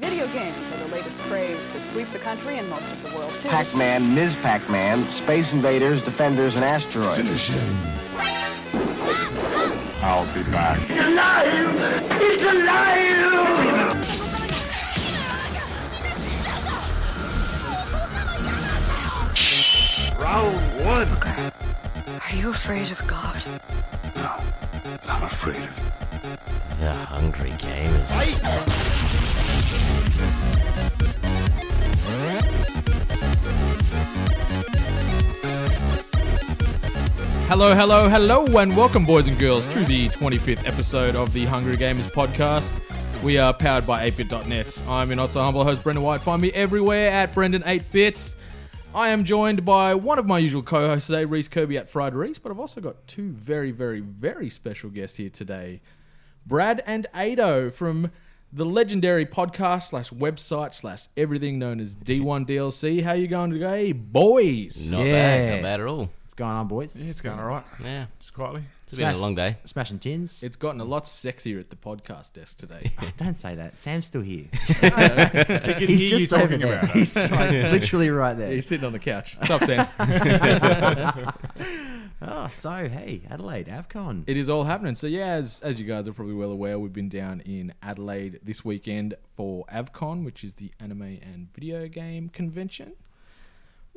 video games are the latest craze to sweep the country and most of the world, too. Pac-Man, Ms. Pac-Man, Space Invaders, Defenders, and Asteroids. Finish him. I'll be back. Are you afraid of God? No, I'm afraid of The Hungry Gamers. Hello, hello, hello, and welcome, boys and girls, to the 25th episode of the Hungry Gamers podcast. We are powered by 8bit.net. I'm your not so humble host, Brendan White. Find me everywhere at Brendan8bit. I am joined by one of my usual co hosts today, Reese Kirby at Fried Reese, but I've also got two very, very, very special guests here today Brad and Ado from the legendary podcast slash website slash everything known as D1 DLC. How you going today, boys? Not bad, Yeah. not bad at all. What's going on, boys? It's going all right. Yeah, Just quietly. it's been a long day. Smashing chins. It's gotten a lot sexier at the podcast desk today. Don't say that. Sam's still here. He can He's hear you just talking over there. about it. He's like literally right there. He's sitting on the couch. Stop saying Oh, so hey, Adelaide, Avcon. it is all happening. So yeah, as as you guys are probably well aware, we've been down in Adelaide this weekend for AvCon, which is the anime and video game convention.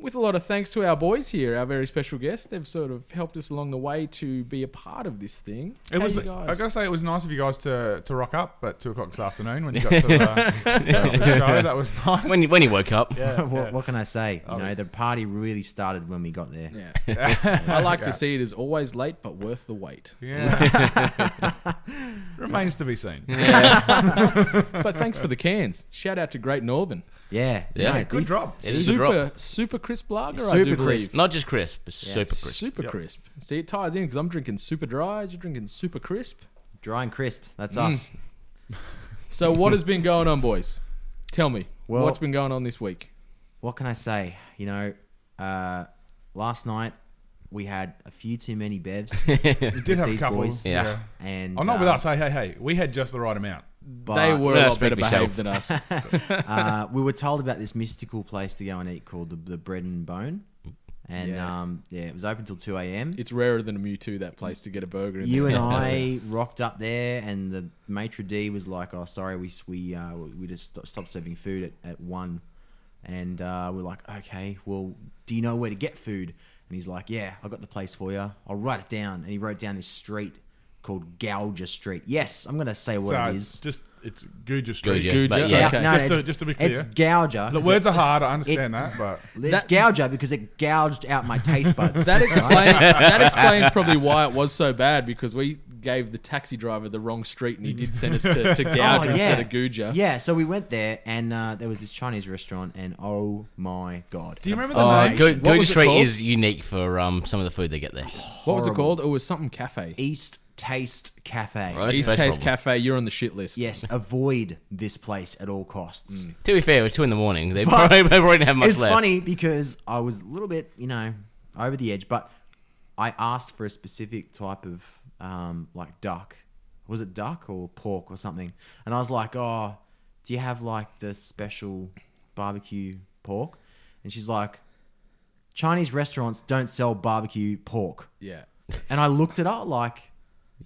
With a lot of thanks to our boys here, our very special guests, they've sort of helped us along the way to be a part of this thing. It How was. you I guys? gotta say, it was nice of you guys to, to rock up at two o'clock this afternoon when you got to uh, the, the show. That was nice. When you, when you woke up, what, what can I say? You know, the party really started when we got there. yeah. I like to see it as always late but worth the wait. yeah. Remains to be seen. But thanks for the cans. Shout out to Great Northern. Yeah, Yeah. No, Good these- drop. it is a super drop. super crisp lager. I Super do believe. crisp. Not just crisp, but super crisp. Super Yep. crisp. See, it ties in because I'm drinking super dry. You're drinking super crisp. Dry and crisp. That's Mm. us. So, what has been going on, boys? Tell me Well- what's been going on this week. What can I say? You know, uh, last night we had a few too many bevs. You did have a These couple. boys. Yeah. And Oh, not with uh, us. Hey, hey, hey. We had just the right amount. but- they were Yeah, a lot speak better for yourself. behaved than us. uh, we were told about this mystical place to go and eat called the, the Bread and Bone, and Yeah. yeah. Um, yeah, it was open till two a.m. it's rarer than a Mewtwo that place to get a burger. In You there. and I rocked up there, and the maitre d was like, "Oh, sorry, we we uh, we just sto- stopped serving food at, at one," and uh, we're like, "Okay, well, do you know where to get food?" And he's like, "Yeah, I got the place for you. I'll write it down." And he wrote down this street called Gouger Street. Yes, I'm gonna say what so it it's is. just it's Guja Street. Guja. Guja. But yeah. yeah. Gou- Okay. no, Just it's- to- just to be clear. it's Gouger. The words are hard. I understand that, but It's That- Gouger because it gouged out my taste buds. That explains that explains probably why it was so bad because we gave the taxi driver the wrong street and he did send us to, to Gouger Oh, instead of Guja. Yeah, so we went there and uh, there was this Chinese restaurant and oh my god. do you remember the Oh, name? Go- What Goja was it Street called? is unique for um, some of the food they get there. What was it called? It was something cafe. East Taste Cafe. Right. East That's the Taste problem. Cafe. You're on the shit list. Yes, avoid this place at all Mm. costs. To be fair, it was two in the morning. They But- probably, probably didn't have much It's left. funny because I was a little bit, you know, over the edge, but I asked for a specific type of um, like duck. Was it duck or pork or something? And I was like, "Oh, do you have like the special barbecue pork?" And she's like, "Chinese restaurants don't sell barbecue pork." Yeah. And I looked it up like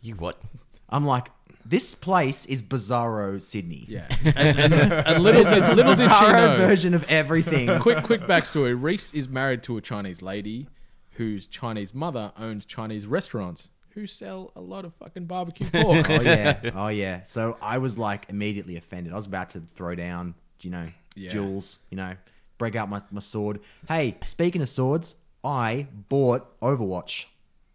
You what? I'm like, "This place is Bizarro Sydney." Yeah. And, and, and little did, little did she Bizarro know. version of everything. quick quick backstory. Reese is married to a Chinese lady whose Chinese mother owns Chinese restaurants who sell a lot of fucking barbecue pork. oh yeah, oh yeah. So I was like immediately offended. I was about to throw down, you know, Yeah. jewels, you know, break out my, my sword. Hey, speaking of swords, I bought Overwatch.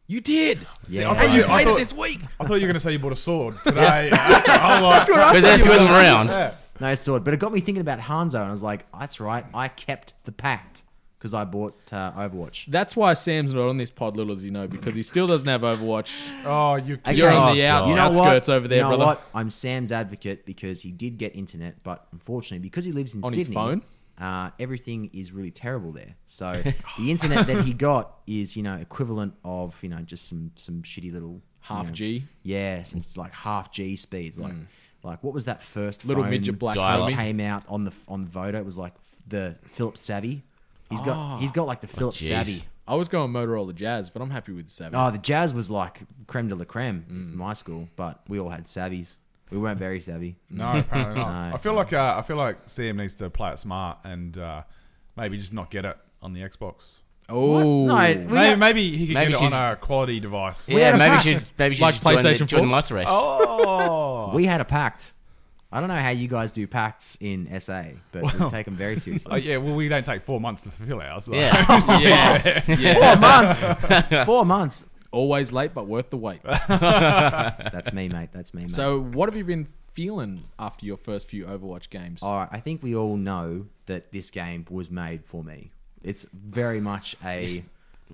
you did. Yeah, thought you- I Played it thought- this week. I thought you were going to say you bought a sword today. uh, I'm like, Because there's two of them around. Yeah. no sword, but it got me thinking about Hanzo, and I was like, that's right, I kept the pact because I bought uh, Overwatch. That's why Sam's not on this pod, little as you know, because he still doesn't have Overwatch. Oh, you. Okay. You're on the out, you know outskirts what? over there, you know brother. What? I'm Sam's advocate because he did get internet, but unfortunately, because he lives in On his Sydney, phone? Uh, everything is really terrible there. So the internet that he got is, you know, equivalent of, you know, just some some shitty little you Half know, G. Hmm. Yeah, some it's like half G speeds, like like what was that first Little phone midget black that homie. came out on the on Voda? It was like the Philip Savvy. He's Ah. got he's got like the Philip jeez. Savvy. I was going Motorola Jazz, but I'm happy with Savvy. Ah. Oh, the jazz was like creme de la creme Mm. in my school, but we all had savvies. We weren't very savvy. No, apparently not. No. I feel like uh, I feel like CM needs to play it smart and uh, maybe just not get it on the Xbox. oh, No, we Maybe, had- maybe he could Maybe get it on she's- a quality device. Yeah, a maybe pack. she's maybe she's Like like join the, PlayStation join the 4? monster race. Oh. we had a pact. I don't know how you guys do pacts in SA, but we take them very Oh, seriously. yeah, well, we don't take four months to fulfill ours. like- Yeah. yes, yes. Four months. Four months. Always late, but worth the wait. That's me, mate. That's me, mate. So, what have you been feeling after your first few Overwatch games? Ah, all right, I think we all know that this game was made for me. It's very much a.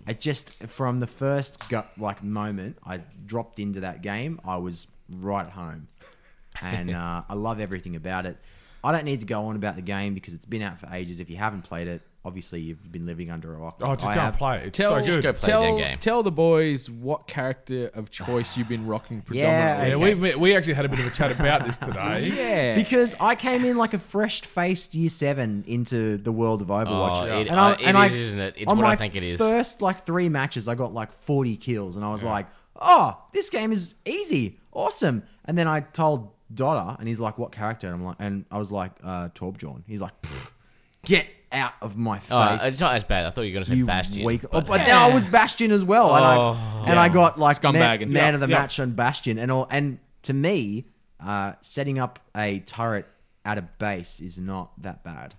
I just from the first gut like moment I dropped into that game, I was right at home, and uh, I love everything about it. I don't need to go on about the game because it's been out for ages. If you haven't played it, obviously you've been living under a rock. Oh, like just I go have. and play it. It's tell, so good. go play the tell, damn game. tell the boys what character of choice you've been rocking Yeah, predominantly. Yeah, we, we- we actually had a bit of a chat about this today. Yeah. Because I came in like a fresh faced year seven into the world of Overwatch. Oh, it- uh, it is, isn't it? It's on what I my think it is. First like three matches, I got like 40 kills, and I was like, oh, this game is easy, awesome. And then I told Dotter, and he's like, what character? And I'm like, and I was like, uh, Torbjorn. He's like, "Pfft, get out of my face. Oh, it's not as bad. I thought you were going to say You Bastion. weak- oh, but- but then I was Bastion as well, and I Oh, and I got like Scumbag man, and- yeah, man of the yeah. match on Bastion, and all. And to me, uh, setting up a turret at a base is not that bad.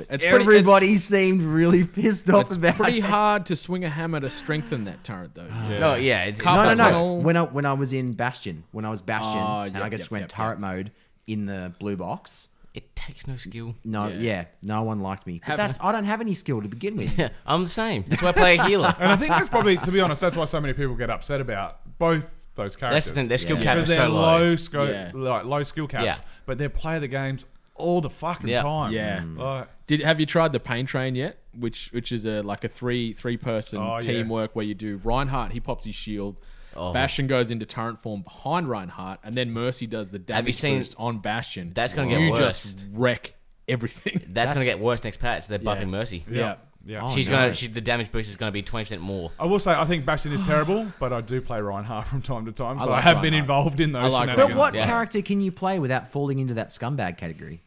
It's pretty- Everybody seemed really pissed off It's, it's about pretty it. hard to swing a hammer to strengthen that turret, though. Ah. No, Oh, yeah. It's, No, No, it's no, not- no. tunnel. When I when I was in Bastion, when I was Bastion, Oh, and yep, I just yep, went yep, turret mode in the blue box. It takes no skill. No, yeah, no one liked me. But Have- that's I don't have any skill to begin with. I'm the same. That's why I play a healer. And I think that's probably, to be honest, that's why so many people get upset about both those characters. That's the thing. Their skill cap because is they're so low, low. sco- Yeah. like low skill caps, Yeah. but they play the games all the fucking Yeah. time. Yeah. Mm. Like, Did have you tried the pain train yet? Which which is a like a three three person Oh, yeah. teamwork where you do Reinhardt he pops his shield, Oh. Bastion goes into turret form behind Reinhardt, and then Mercy does the you damage seen- boost on Bastion. That's gonna get you worse. just wreck everything. That's, going to get worse next patch. They're buffing Mercy. yeah. yeah. Oh, She's no. gonna. She, the damage boost is gonna be twenty percent more. I will say, I think Bastion is terrible, but I do play Reinhardt from time to time, so I, like have been Reinhardt. involved in those. I like shenanigans. But what Yeah. character can you play without falling into that scumbag category?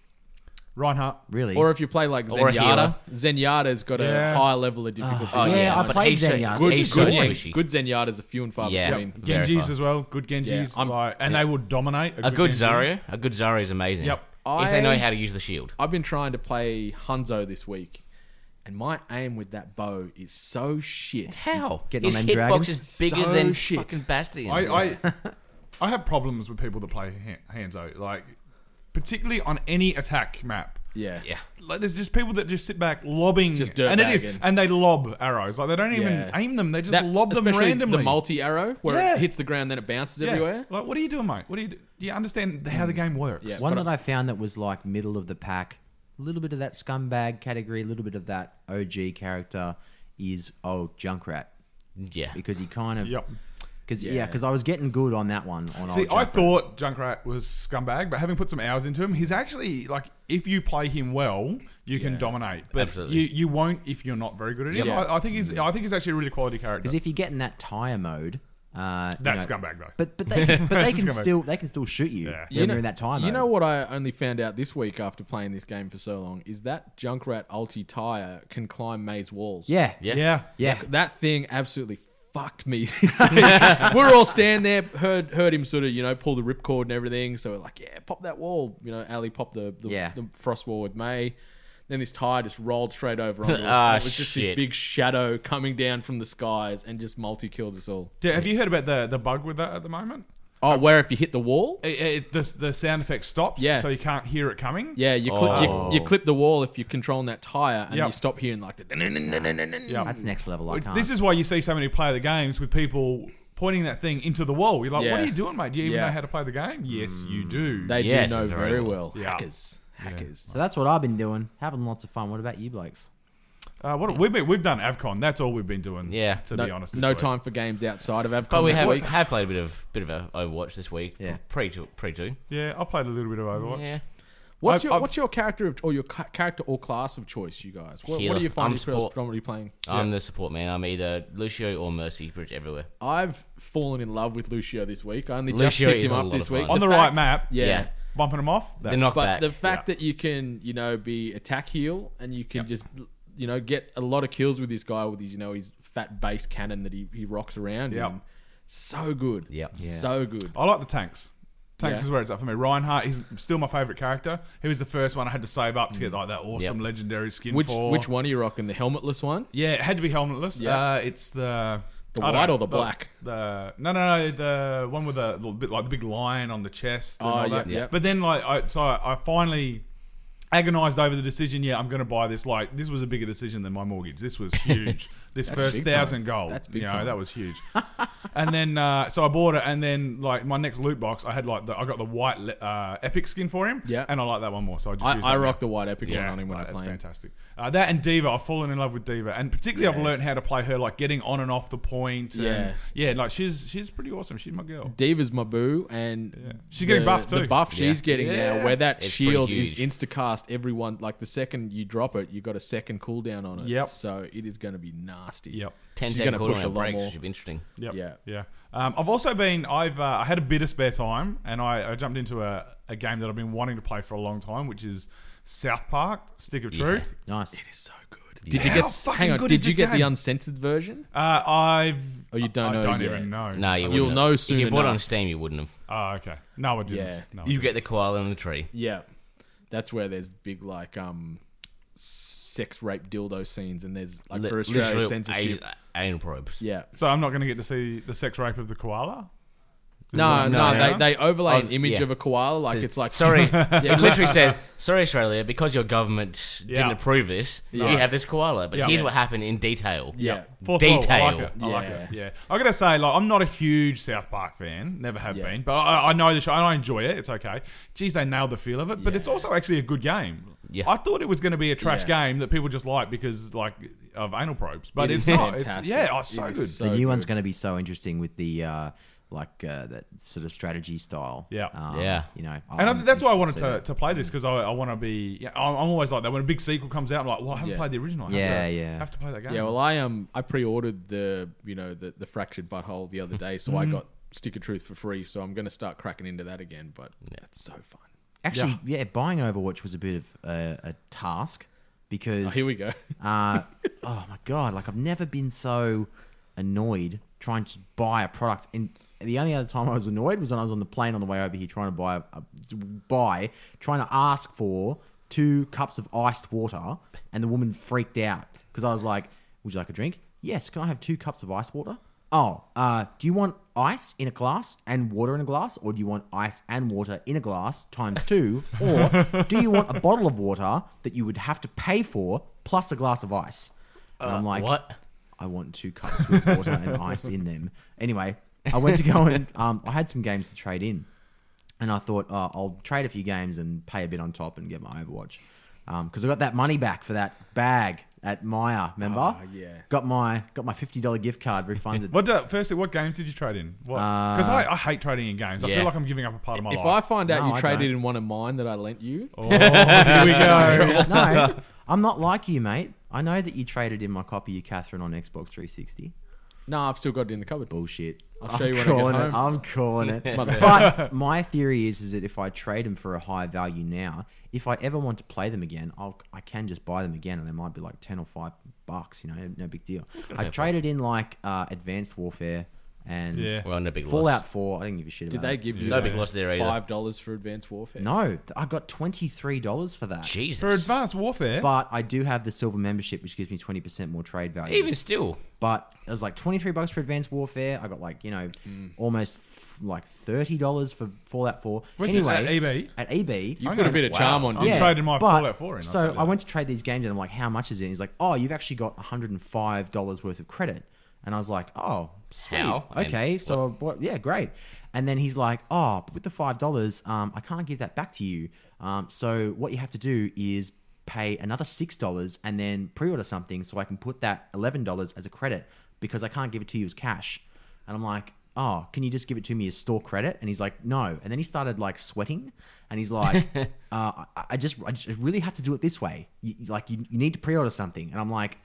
Reinhardt. Really? Or if you play like Or a Zenyatta, Zenyatta's got Yeah. a higher level of difficulty. Oh, yeah, I but played he's so- Zenyatta. Good, He's good, so Zen- squishy. good Zenyatta's a few and far Yeah. between. Very Genjis far. as well. Good Genjis. Yeah, I'm- like, and they will dominate. A good Genji. Zarya. A good Zarya is amazing. Yep. If they know I- how to use the shield. I've been trying to play Hunzo this week, and my aim with that bow is so shit. How? Getting His on them hitbox dragons? is bigger So than shit. fucking Bastion. I, I, I have problems with people that play Han- Hanzo, like particularly on any attack map. Yeah. yeah. Like there's just people that just sit back lobbing, Just and it is, dirtbagging. and they lob arrows. Like they don't even Yeah. aim them; they just That- lob them especially randomly. The multi arrow where Yeah. it hits the ground, then it bounces yeah. everywhere. Mm. Like what are you doing, mate? What do you do? Do you understand how the game works? Yeah. One but that I found that was like middle of the pack, a little bit of that scumbag category, a little bit of that OG character is old Junkrat Yeah. because he kind of Yep. because yeah because I was getting good on that one on See, Oh, old I Junkrat. thought Junkrat was scumbag, but having put some hours into him, he's actually like if you play him well, you can dominate. But Absolutely. you you won't if you're not very good at it. Yeah. I, I think he's I think he's actually a really quality character. because if you get in that tire mode, uh, you That's know- scumbag though. But but they can, but they can Scumbag. still they can still shoot you Yeah. when you're in that tire mode. You know what I only found out this week after playing this game for so long is that Junkrat ulti tire can climb maze walls. Yeah. Yeah. yeah. Yeah. That thing absolutely fucked me. this week. we're all standing there, heard heard him sort of, you know, pull the ripcord and everything. So we're like, yeah, pop that wall. You know, Ali popped the, the, Yeah. the frost wall with May. Then this tire just rolled straight over onto us. Ah, it was just this shit. big shadow coming down from the skies and just multi killed us all. Do- Have you heard about the the bug with that at the moment? Oh, where if you hit the wall? It, it, the, the sound effect stops, Yeah. so you can't hear it coming. Yeah, you, clip Oh. you, you clip the wall if you're controlling that tire and Yep. you stop hearing like the. Yeah. That's next level. I can't. This is why you see so many play the games with people pointing that thing into the wall. You're like, what Yeah. are you doing, mate? Do you even Yeah. Mm. know how to play the game? Yes, you do. They Yes, do know very very well. well. Yeah. Hackers. Hackers. so that's what I've been doing, having lots of fun. What about you blokes? Uh, what we've been, we've done Avcon. That's all we've been doing. Yeah. to no, be honest, this no week. time for games outside of Avcon. But we this have week. have played a bit of bit of a Overwatch this week. Yeah. pre to pre to. Yeah, I played a little bit of Overwatch. Yeah, What's I've- your I've- what's your character of or your ca- character or class of choice, you guys? What, what Healer. do you I'm find yourself support. predominantly playing? I'm the support man. I'm either Lucio or Mercy, bridge everywhere. I've fallen in love with Lucio this week. I only Lucio just picked is him a up lot this of week. fun. On the fact- right map, Yeah. Yeah. bumping them off. That's, They're not But back. the fact that you can, you know, be attack heal and you can just, you know, get a lot of kills with this guy with his, you know, his fat base cannon that he, he rocks around Yep. him. So good. Yep. Yeah. So good. I like the tanks. Tanks Yeah. is where it's at for me. Reinhardt, he's still my favourite character. He was the first one I had to save up to get like that awesome Yep. legendary skin Mm. Which for. which one are you rocking? The helmetless one? Yeah, it had to be helmetless. Uh, Yeah. it's the The I don't white know, or the black? The no, no, no, the one with the little bit like the big lion on the chest. And Oh, all yeah, that. yeah. But then like I so I, I finally agonized over the decision. Yeah, I'm going to buy this. Like this was a bigger decision than my mortgage. This was huge. this first big time. thousand gold. That's big You know, time. that was huge. and then uh, so I bought it, and then like my next loot box, I had like the, I got the white le- uh, epic skin for him. Yeah. and I like that one more. So I just I, used I that rock now. the white epic one on him when like, I that's play him. fantastic. Uh, that and Diva, I've fallen in love with Diva, and particularly I've Yeah. learned how to play her like getting on and off the point. And, Yeah. yeah, yeah, like she's she's pretty awesome. She's my girl. Diva's my boo, and She's getting buff too. The buff she's Yeah. getting now, Yeah. where that It's pretty shield is huge. instacast everyone. Like the second you drop it, you got a second cooldown on it. Yep. So it is going to be nasty. Yep. ten She's second gonna push cooldown a on lot breaks, more. which would be interesting. Yep. Yeah. yeah. Um, I've also been I've uh, I had a bit of spare time, and I, I jumped into a, a game that I've been wanting to play for a long time, which is South Park Stick of Yeah. Truth. Nice. It is so good. Did you How get? fucking Hang on. good Did is you this get the game? uncensored version? Uh, I've Oh, you don't I know don't yet. even know. No, you You'll wouldn't know have. soon If you bought it on enough. Steam, you wouldn't have. Oh, okay. No, I didn't. Yeah. No, I You didn't. get the koala on the tree. Yeah. That's where there's big like um, sex rape dildo scenes, and there's like Li- for Australia literal censorship. Asian- Anal probes. Yeah. So I'm not going to get to see the sex rape of the koala. No, no, no, they, no. they overlay an Oh, image yeah. of a koala, like it's like Sorry, it literally says, "Sorry, Australia, because your government Yeah. didn't approve this, Yeah. we have this koala." But Yeah. here's what happened in detail. Yeah. Fourth wall, detail. I like it. I like Yeah. it. Yeah. I gotta say, like, I'm not a huge South Park fan. Never have Yeah. been. But I, I know the show and I enjoy it. It's okay. Geez, they nailed the feel of it. But it's Yeah. also actually a good game. Yeah. I thought it was going to be a trash Yeah. game that people just like because like of anal probes, but It it's is not. It's, fantastic. yeah, oh, so It good. is the so new one's good. going to be so interesting with the uh, like uh, that sort of strategy style. Yeah. um, Yeah. You know, and I, I'm that's why I wanted interested to, to play this because I, I want to be. Yeah, I'm, I'm always like that. When a big sequel comes out, I'm like, well, I haven't Yeah. played the original. I have Yeah, to- yeah. Have to play that game. Yeah, well, I um, I pre-ordered the you know the the fractured butthole the other day, so I got Stick of Truth for free. So I'm gonna start cracking into that again. But that's so fun. Actually, yeah. buying Overwatch was a bit of a, a task because Oh, here we go. uh, oh my god! Like I've never been so annoyed trying to buy a product. And the only other time I was annoyed was when I was on the plane on the way over here trying to buy a, a- buy trying to ask for two cups of iced water, and the woman freaked out because I was like, "Would you like a drink? Yes. Can I have two cups of iced water? Oh, uh, do you want ice in a glass and water in a glass, or do you want ice and water in a glass times two, or do you want a bottle of water that you would have to pay for plus a glass of ice? And I'm like, what? I want two cups with water and ice in them. Anyway, I went to go and um, I had some games to trade in, and I thought oh, I'll trade a few games and pay a bit on top and get my Overwatch because I got that money back for that bag at Maya. Remember? Oh, yeah. Got my got my fifty dollar gift card refunded. What do, firstly, what games did you trade in? Because I, I hate trading in games. I yeah. feel like I'm giving up a part of my If I Oh, life. find out No, you I traded don't. in one of mine that I lent you, here we go. no, I'm not like you, mate. I know that you traded in my copy of Catherine on Xbox 360. no, I've still got it in the cupboard. Bullshit. I'll show you when I get calling home. it. I'm calling it. but my theory is, is that if I trade them for a high value now, if I ever want to play them again, I'll, I can just buy them again, and they might be like ten or five bucks. You know, no big deal. I traded in like uh, Advanced Warfare and Yeah. Well, no big loss. Fallout Four. I didn't give a shit Did about. they it. give you No like, big loss there either. Five dollars for Advanced Warfare. No, th- I got twenty three dollars for that. Jesus. For Advanced Warfare, But I do have the silver membership, which gives me twenty percent more trade value. Even still, but it was like 23 bucks for advanced warfare i got like you know Hmm. almost f- like 30 dollars for fallout 4 Which is anyway at at eb You put a bit of charm on. I'm didn't you? trading my but- Fallout 4 in, I'll tell so you i that. went to trade these games and i'm like how much is it and he's like oh you've actually got 105 dollars worth of credit and i was like oh sweet How? I mean, okay so I bought, yeah great and then he's like oh but with the five dollars um, i can't give that back to you um, so what you have to do is pay another six dollars and then pre-order something so I can put that eleven dollars as a credit because I can't give it to you as cash. And I'm like, oh, can you just give it to me as store credit? And he's like, no. And then he started like sweating, and he's like, uh, I, I just, I just really have to do it this way. You, like, you, you need to pre-order something. And I'm like,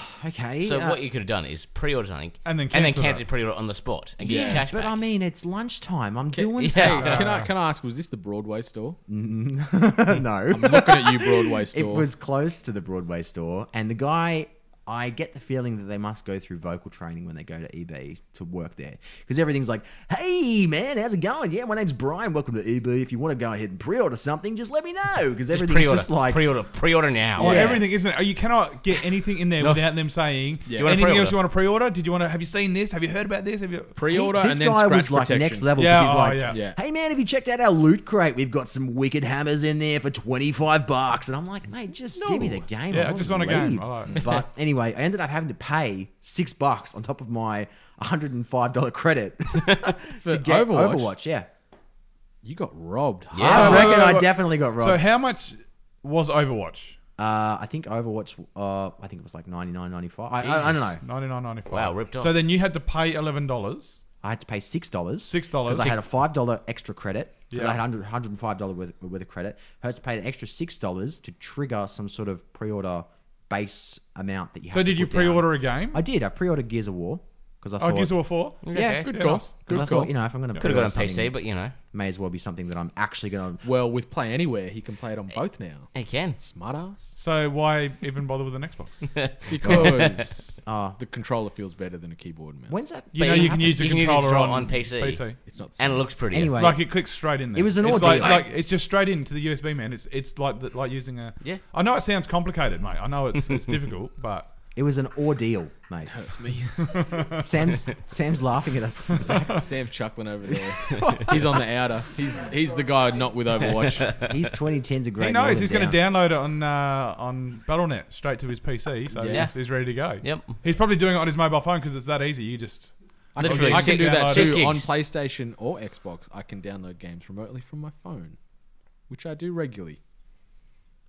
okay. So uh, what you could have done is pre-order something And then and then cancel cancel it. pre-order on the spot and get your cash but back. I mean, it's lunchtime. I'm doing yeah. stuff. Uh, can I can I ask? Was this the Broadway store? no. I'm looking at you, Broadway store. It was close to the Broadway store, and the guy. I get the feeling that they must go through vocal training when they go to eBay to work there, because everything's like, "Hey man, how's it going? Yeah, my name's Brian. Welcome to eBay. If you want to go ahead and pre-order something, just let me know." Because just everything's pre-order, just like, pre-order, pre-order now. Well, Yeah. Oh, everything, isn't it? You cannot get anything in there without them saying Do you wanna anything else pre-order? you want to pre-order. Did you want to? Have you seen this? Have you heard about this? Have you? He- pre-order this and then guy scratch was like protection. next level. Yeah, 'cause he's oh, like, yeah. Yeah. "Hey man, have you checked out our loot crate? We've got some wicked hammers in there for twenty five bucks." And I'm like, "Mate, just give me the game. Yeah, I wanna just want a game. leave." I like it. but anyway, I ended up having to pay six bucks on top of my hundred and five dollar credit to get Overwatch? Overwatch. Yeah, You got robbed. Yeah. hard. I wait, reckon wait, wait, I wait. definitely got So robbed. how much was Overwatch? uh, I think Overwatch. Uh, I think it was like ninety nine ninety five. I, I, I don't know. Ninety nine ninety five. Wow, ripped off. So then you had to pay eleven dollars. I had to pay six dollars. $6. because I had a five dollar extra credit because Yeah. I had 100 105 dollar worth, worth of credit. I had to pay an extra six dollars to trigger some sort of pre order base amount that you. So had to did you put down. pre-order a game? I did. I pre ordered Gears of War because I oh, thought. Gears of War four. Yeah, Okay. good Yeah, call. nice. Good Because I call. thought, you know, if I'm going to Could have got on PC, but you know, may as well be something that I'm actually going to. well, with Play Anywhere, he can play it on both now. it can. Smartass. So why even bother with an Xbox? Because Ah. the controller feels better than a keyboard and mouse. When's that? You know you you have can to- use the you can use the controller controller on, on PC. PC. It's not. And it similar. looks prettier. Anyway, Like it clicks straight in there. It was an it's ordeal. Like, like it's just straight into the USB man. It's it's like the, like using a. Yeah. I know it sounds complicated, mate. I know it's it's difficult, but it was an ordeal, mate. hurts me. Sam's Sam's laughing at us. Sam's chuckling over there. he's on the outer. He's he's the guy not with Overwatch. He's 2010's a great. he knows he's going to download it on uh, on BattleNet straight to his PC, so Yeah. he's, he's ready to go. Yep. He's probably doing it on his mobile phone because it's that easy. You just I can- Literally, I can sit do that down, too sit on gigs. PlayStation or Xbox. I can download games remotely from my phone, which I do regularly.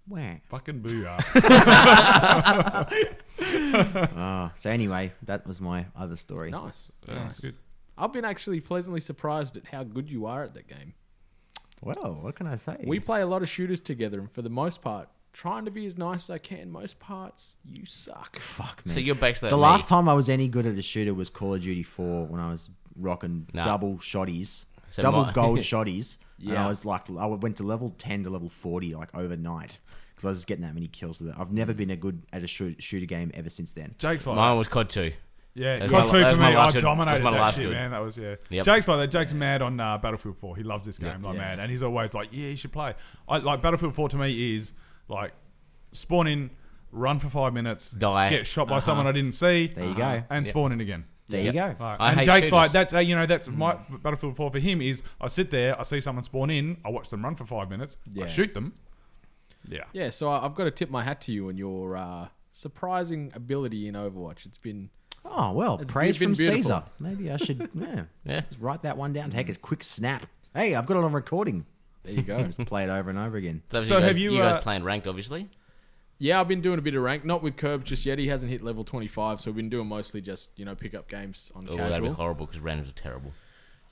Where? fucking booyah. So anyway, that was my other story. Nice. That's good. I've been actually pleasantly surprised at how good you are at that game. Well, what can I say? We play a lot of shooters together, and for the most part, trying to be as nice as I can, most parts, you suck. Fuck man. So you're basically the like last me. time I was any good at a shooter was Call of Duty 4 when I was rocking Nah. double shotties, So double my- gold shotties. And Yeah. I was like, I went to level 10 to level 40 like overnight because I was getting that many kills with it. I've never been a good at a shoot, shooter game ever since then. Jake's like, Mine was COD 2. yeah, That's COD my- two that's for me. my I last good- dominated that's my that last shit, good. man. That was yeah. Yep. Jake's like that. Jake's mad on uh, Battlefield Four. He loves this game like Yeah. mad, and he's always like, yeah, you should play. I like Battlefield Four to me is like spawn in, run for five minutes, Die. Uh-huh. get shot by someone I didn't see. There you go. and spawn in again. There you go. Right. I and hate Jake's shooters. Mm. like that's uh, you know that's my Battlefield Four for him is I sit there I see someone spawn in I watch them run for five minutes Yeah. I shoot them yeah Yeah, so I- I've got to tip my hat to you and your uh, surprising ability in Overwatch. It's been Oh, well, It's praise been from beautiful. Caesar. Maybe I should yeah, Yeah. just write that one down. Take a quick snap. Hey, I've got it on recording. there you go. Just play it over and over again. So, So you guys, have you, you guys uh, playing ranked, obviously? yeah, I've been doing a bit of rank, not with Curbs just yet. He hasn't hit level twenty five, so we've been doing mostly just you know pick up games on Oh, that'd be casual. horrible because randoms are terrible.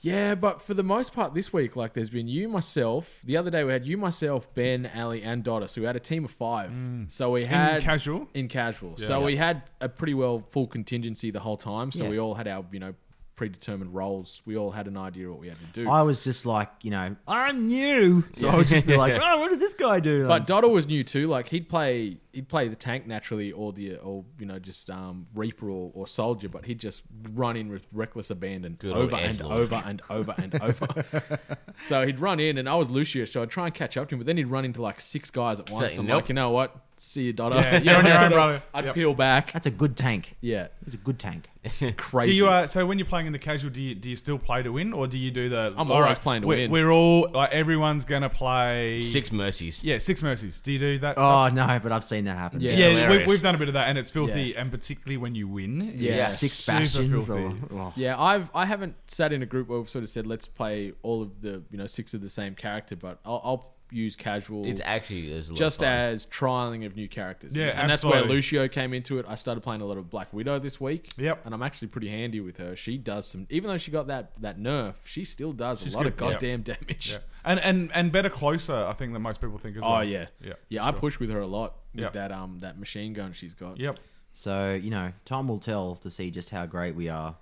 Yeah, but for the most part this week, like there's been you, myself. The other day we had you, myself, Ben, Ali, and Dotter. So we had a team of five. So we had casual? in casual. So we had a pretty well full contingency the whole time. So Yeah. we all had our you know predetermined roles. We all had an idea what we had to do. I was just like, you know, I'm new. So I would just be like, oh, what does this guy do? but Doddle was new too. Like he'd play, he'd play the tank naturally, or the, or you know, just um, Reaper or, or Soldier. But he'd just run in with reckless abandon, Good old over and Edgelord. over and over and over. so he'd run in, and I was Lucius, so I'd try and catch up to him. But then he'd run into like six guys at once. Say, and I'm nope. like, you know what? See you, Doddle. Yeah, You you're on know, your own, sort of- brother. I'd Yep. peel back. that's a good tank. Yeah, It's a good tank. crazy. do you uh, so when you're playing in the casual do you, do you still play to win or do you do the I'm all always playing to we're, win. we're all like everyone's gonna play Six mercies. yeah six mercies do you do that stuff? Oh no, but I've seen that happen. Yeah. yeah, we, hilarious. we've done a bit of that and it's filthy and particularly when you win it's Yeah. six super bastions. filthy. Or, oh. Yeah, I've I haven't sat in a group where we've sort of said let's play all of the you know six of the same character, but I'll, I'll use casual. It's actually there's a lot just of fun. as trialing of new characters. Yeah, and that's where absolutely. Lucio came into it. I started playing a lot of Black Widow this week. Yep. and I'm actually pretty handy with her. She does some, even though she got that that nerf, she still does She's a lot of good, yeah. goddamn damage. Yeah. And, and and better closer, I think, than most people think as well. Oh yeah, Yeah. yeah. for I sure. push with her a lot with Yep. that um that machine gun she's got. Yep. So you know, time will tell to see just how great we are.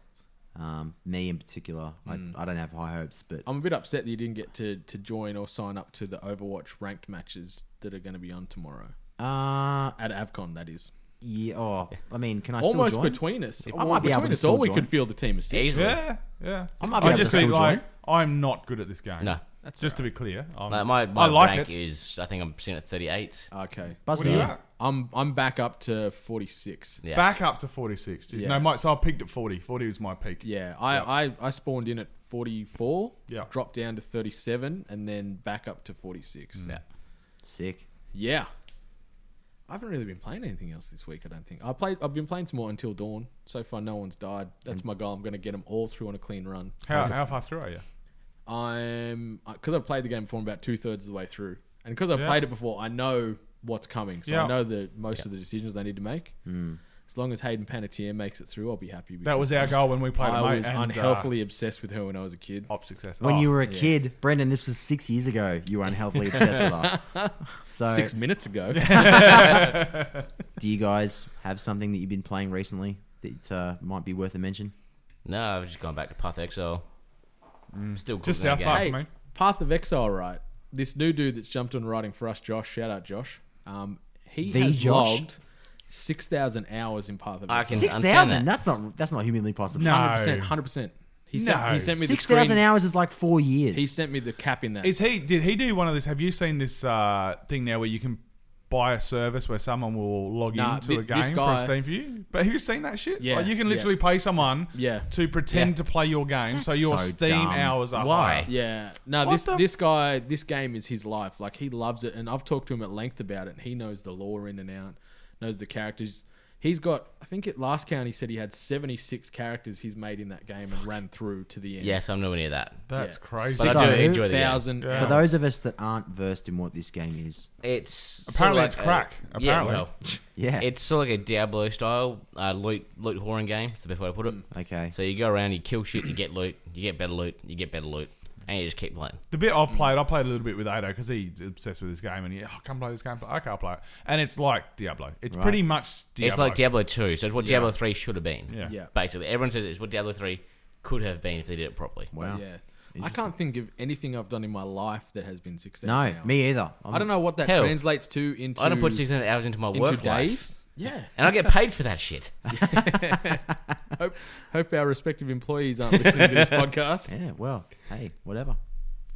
Um, me in particular, I, I don't have high hopes, but I'm a bit upset that you didn't get to to join or sign up to the Overwatch ranked matches that are going to be on tomorrow uh, at Avcon. That is yeah. Oh, I mean, can I almost still join? between us. I might be between able to us all, still we join. could feel the team of six. easily. Yeah. Yeah. I might be I'd able to just be still like, join. I'm not good at this game. No. That's just to be clear, I'm, Like, my my I like rank it. is I think I'm sitting at 38. Okay, What are Buzzfeed. you at? I'm I'm back up to 46. Yeah. Back up to 46. Jeez. Yeah. No, my, so I peaked at 40. 40 was my peak. Yeah, I, I, I spawned in at 44, Yeah. dropped down to 37, and then back up to 46. Mm. Yeah. Sick. Yeah. I haven't really been playing anything else this week, I don't think. I played I've been playing some more until dawn. So far no one's died. That's my goal. I'm going to get them all through on a clean run. Mm. How, how far through are you? I'm because I've played the game before. I'm about two thirds of the way through, and because I've Yeah. played it before, I know what's coming. So Yeah. I know the most of the decisions they need to make. As long as Hayden Panettiere makes it through, I'll be happy. That was our because goal when we played. it, I mate, was and, unhealthily obsessed with her when I was a kid. Uh, op success. When Oh, you were a kid, Brendan, this was six years ago. You were unhealthily obsessed with her. So, Six minutes ago, do you guys have something that you've been playing recently that uh, might be worth a mention? No, I've just gone back to Path Exile. Still cool Mm. Just that South game. Park. hey, mate. Path of Exile, right? This new dude that's jumped on writing for us, Josh. Shout out, Josh. Um, he The has Josh. logged six thousand hours in Path of I Exile. can- Six understand thousand? that. That's not. That's not humanly possible. No. Hundred percent, hundred percent. He sent, No. he sent me the Six thousand screen- hours is like four years. He sent me the cap in that. Is he? Did he do one of this? Have you seen this uh, thing now where you can buy a service where someone will log Nah, into thi- a game this for a guy- Steam view? But have you seen that shit? Yeah, Like, you can yeah. literally pay someone Yeah. to pretend Yeah. to play your game, so That's your so Steam dumb. hours are Why? higher. Yeah. No, What this the- this guy, this game is his life. Like he loves it, and I've talked to him at length about it. And he knows the lore in and out, knows the characters. He's got, I think at last count, he said he had seventy six characters he's made in that game and ran through to the end. Yes, I'm nowhere near that. That's Yeah. crazy. But I So- do enjoy the game. thousand. Yeah. For those of us that aren't versed in what this game is, It's Apparently sorta it's like crack, A, apparently. yeah, well, yeah, it's sort of like a Diablo style uh, loot loot hoarding game. It's the best way to put it. Mm. okay. So you go around, you kill shit, you get loot, you get better loot, you get better loot, and you just keep playing. The bit I've played, I played a little bit with Ado because he's obsessed with this game, and he, oh, come play this game. I can't play it, and it's like Diablo. It's pretty much Diablo. It's like Diablo two, so it's what Diablo three should have been. Yeah. Yeah. Basically, everyone says it's what Diablo three could have been if they did it properly. wow. Yeah. I can't think of anything I've done in my life that has been six No, hours. me either. I'm- I don't know what that Hell. translates to into. I don't put six hundred hours into my into work days. life, Yeah. and I get paid for that shit. Hope hope our respective employees aren't listening to this podcast. Yeah. Well, hey, whatever.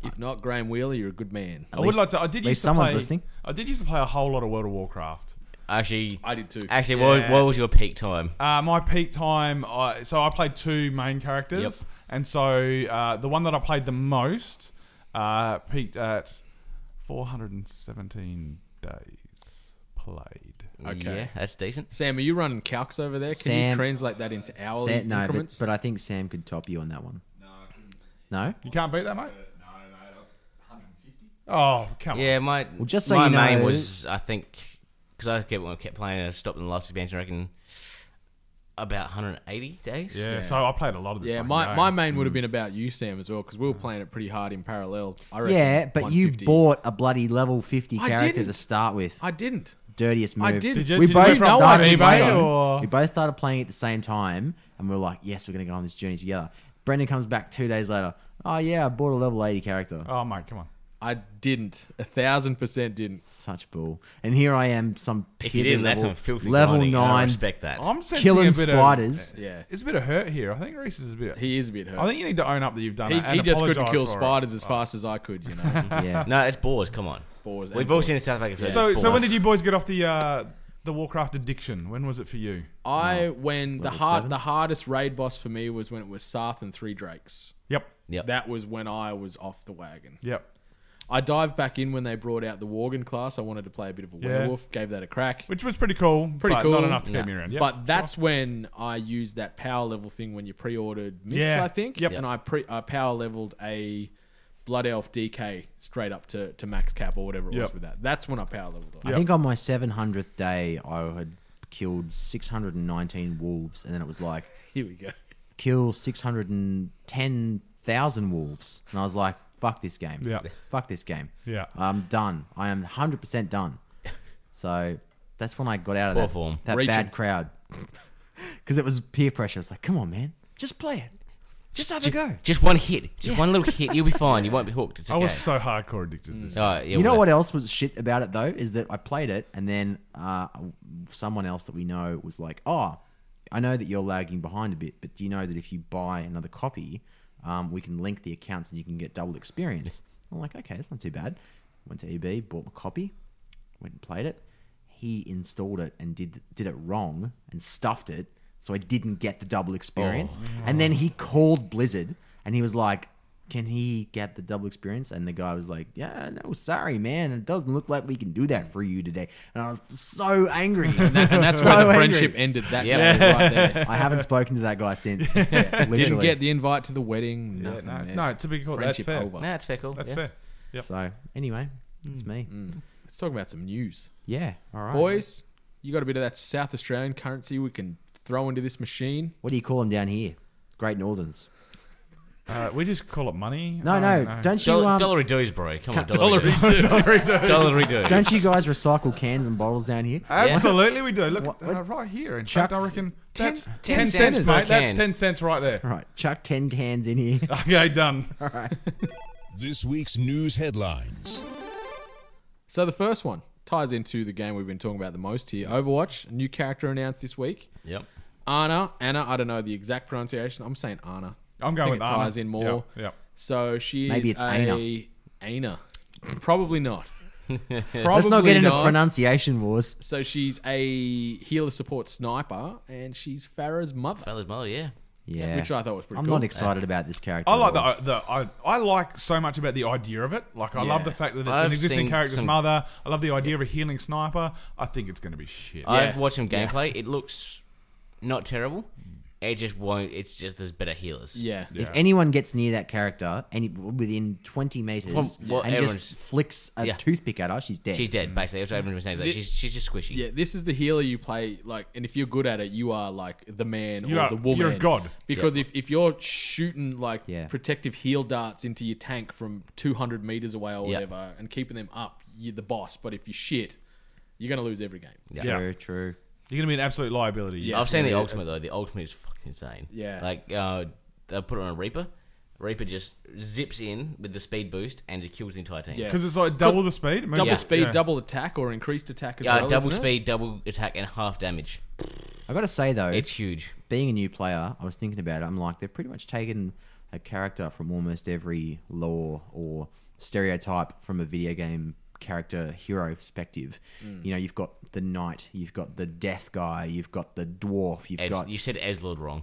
If not, Graham Wheeler, you're a good man. I would least- like to. I did at used least to someone's play, listening. I did used to play a whole lot of World of Warcraft. Actually, I did too. actually, Yeah. what, what was your peak time? Uh, my peak time, I so I played two main characters, Yep. and so uh, the one that I played the most uh, peaked at 417 days played. Okay. yeah, that's decent. Sam, are you running calcs over there? Can you Sam- translate that into hourly Sam, no, but, increments? but I think Sam could top you on that one. No. No. You can't beat that, mate. Oh come on! Yeah, my well, just so my you main know- was I think because I kept when I kept playing, I stopped in the last expansion. I reckon about 180 days. Yeah, so I played a lot of this. yeah, fucking my, game. my main would Mm. have been about you, Sam, as well, because we were playing it pretty hard in parallel. I reckon Yeah, but you 150. bought a bloody level fifty I character didn't. to start with. I didn't. Dirtiest move. I didn't. Did you- we did you both go from started eBay playing. or- We both started playing at the same time, and we were like, "Yes, we're going to go on this journey together." Brendan comes back two days later. Oh yeah, I bought a level eighty character. Oh mate, come on! I didn't. A thousand percent didn't. Such bull. And here I am, some if you piddly didn't, level, that's some filthy level grinding, and I nine. respect that. I'm sensing Killing a bit spiders. Of, Yeah. it's a bit of hurt here. I think Reese is a bit. He is a bit hurt. I think you need to own up that you've done he it. And he just couldn't apologise kill for it. spiders as fast as I could, you know. Yeah. No, it's Boers. Come on, Boers and We've all Boers. seen the South African. So, so when did you boys get off the uh, the Warcraft addiction? When was it for you? Oh. I when the Level hard seven? the hardest raid boss for me was when it was Sarth and three Drakes. Yep. Yep. That was when I was off the wagon. Yep. I dived back in when they brought out the Worgen class. I wanted to play a bit of a Yeah. werewolf. Gave that a crack. Which was pretty cool. pretty but cool. Not enough to No. keep me around. Yep. But that's when I used that power level thing when you pre-ordered Miss, Yeah. I think. Yep. And I pre I power leveled a Blood Elf DK straight up to, to max cap or whatever it was Yep. with that. That's when I power leveled up. Yep. I think on my 700th day, I had killed 619 wolves, and then it was like, Here we go. kill 610,000 wolves. And I was like, fuck this game. Yeah. Fuck this game. Yeah. I'm done. I am 100% done. So that's when I got out of Poor that, form. that Reaching. bad crowd. Because it was peer pressure. It's like, come on, man. Just play it. Just have a go. Just one hit. Just one little hit. You'll be fine. You won't be hooked. It's I okay. was so hardcore addicted to this. Oh, yeah, you know well, what else was shit about it though is that I played it and then uh, someone else that we know was like, "Oh, I know that you're lagging behind a bit, but do you know that if you buy another copy, um, we can link the accounts and you can get double experience?" I'm like, "Okay, that's not too bad." Went to EB, bought my copy, went and played it. He installed it and did did it wrong and stuffed it, so I didn't get the double Oh, experience. And then he called Blizzard and he was like, "Can he get the double experience?" And the guy was like, "Yeah, no, sorry, man, it doesn't look like we can do that for you today." And I was so angry. and And that's where the friendship ended that Yeah. day right there. I haven't spoken to that guy since. literally. Didn't get the invite to the wedding. Nothing, no, man. no, to be cool, that's Mm. Friendship fair. over. Nah, that's fair. Cool. That's yeah. fair. Yep. Mm. So anyway, it's me. Let's talk about some news. Yeah. All right, Mm. Boys, you got a bit of that South Australian currency we can throw into this machine. What do you call them down here? Great Northerns. Uh, we just call it money. No, I no, know. don't you Dollar, um, dollary dues, bro. Come on, Dollar dollary dues. reserve. Dollary dues. Don't you guys recycle cans and bottles down here? Uh, Absolutely, we do. Look What- uh, right here. In Chuck- fact, I reckon ten- that's ten, ten cents, cents per mate. That's can. ten cents right there. All right, chuck 10 cans in here. Okay, done. This week's news headlines. So the first one ties into the game we've been talking about the most here. Overwatch, new character announced this week. Yep. Anna, Anna, I don't know the exact pronunciation. I'm saying Anna. I'm going I think with it ties Anna. in more. Yep, yep. So she Maybe is it's a Ana. Probably not. Probably Let's not get into pronunciation wars. So she's a healer support sniper, and she's Farah's mother, Fellas, well, yeah. Yeah. which I thought was pretty I'm cool. not excited about this character. I like at all. the, the I, I like so much about the idea of it. Like I love the fact that it's I've an existing seen character's some- mother. I love the idea of a healing sniper. I think it's going to be shit. I've watched some gameplay. It looks not terrible. It just won't. It's just there's better healers. Yeah. If anyone gets near that character any within 20 meters Well, well, and everyone's- just flicks a Yeah. toothpick at her, she's dead. She's dead, basically. That's what everyone was saying. Like, she's, she's just squishy. Mm. Yeah, this is the healer you play like, and if you're good at it, you are like the man You or are- the woman. you're a god. Because if, if you're shooting like Yeah. protective heal darts into your tank from 200 meters away or Yeah. whatever, and keeping them up, you're the boss. But if you shit, you're gonna lose every game. Yeah, Yeah. True, true. You're going to be an absolute liability. Yeah. I've seen the ultimate though. The ultimate is fucking insane. Yeah. Like uh, they put it on a Reaper. Reaper just zips in with the speed boost and just kills the entire team. Uh, Because it's like double the speed. Maybe- double Yeah. speed, Yeah. double attack, or increased attack as Yeah, well. double isn't it? speed, double attack, and half damage. i got to say, though, It's huge. being a new player, I was thinking about it. I'm like, they've pretty much taken a character from almost every lore or stereotype from a video game character hero perspective. You know, you've got the knight, you've got the death guy, you've got the dwarf, you've Ed, got you said Edgelord wrong.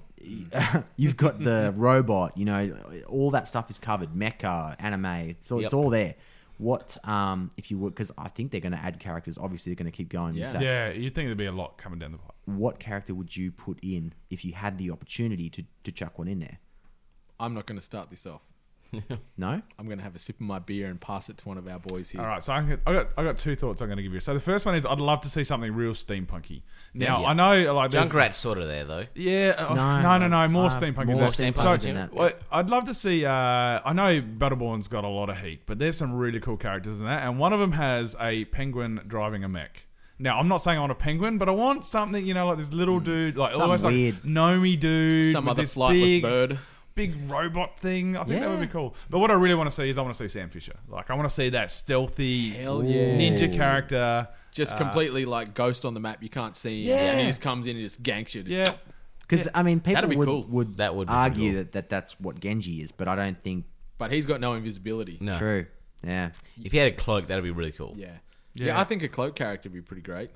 you've got the robot. You know, all that stuff is covered. Mecha, anime, it's all, Yep. it's all there. What um, if you would? Because I think they're going to add characters. Obviously, they're going to keep going. Yeah. With that Yeah, you'd think there'd be a lot coming down the pipe. what character would you put in if you had the opportunity to, to chuck one in there? I'm not gonna start this off. No? I'm gonna have a sip of my beer and pass it to one of our boys here. All right, so I'm gonna, I got I got two thoughts I'm going to give you. So the first one is I'd love to see something real steampunky. Now Yeah. I know like there's- Junkrat's sort of there though. Yeah, uh, No, no, no, no, no, more no, steampunky. more than that. steampunky so, than that. well, I'd love to see. Uh, I know Battleborn's got a lot of heat, but there's some really cool characters in that, and one of them has a penguin driving a mech. Now, I'm not saying I want a penguin, but I want something, you know, like this little dude, like Hmm. Something almost weird. like Nomi dude, Some with other this flightless big- bird. big robot thing. I think that would be Yeah. cool. But what I really want to see is I want to see Sam Fisher. Like I want to see that stealthy Hell yeah. ninja character. Just completely like ghost on the map. You can't see him. And he just comes in and just ganks you. Just Yeah. Because, I mean, people That'd be would, cool. would, That would be argue cool. that, that that's what Genji is, but I don't think. But he's got no invisibility. No. True. Yeah. If he had a cloak, that'd be really cool. Yeah. yeah. Yeah. I think a cloak character would be pretty great.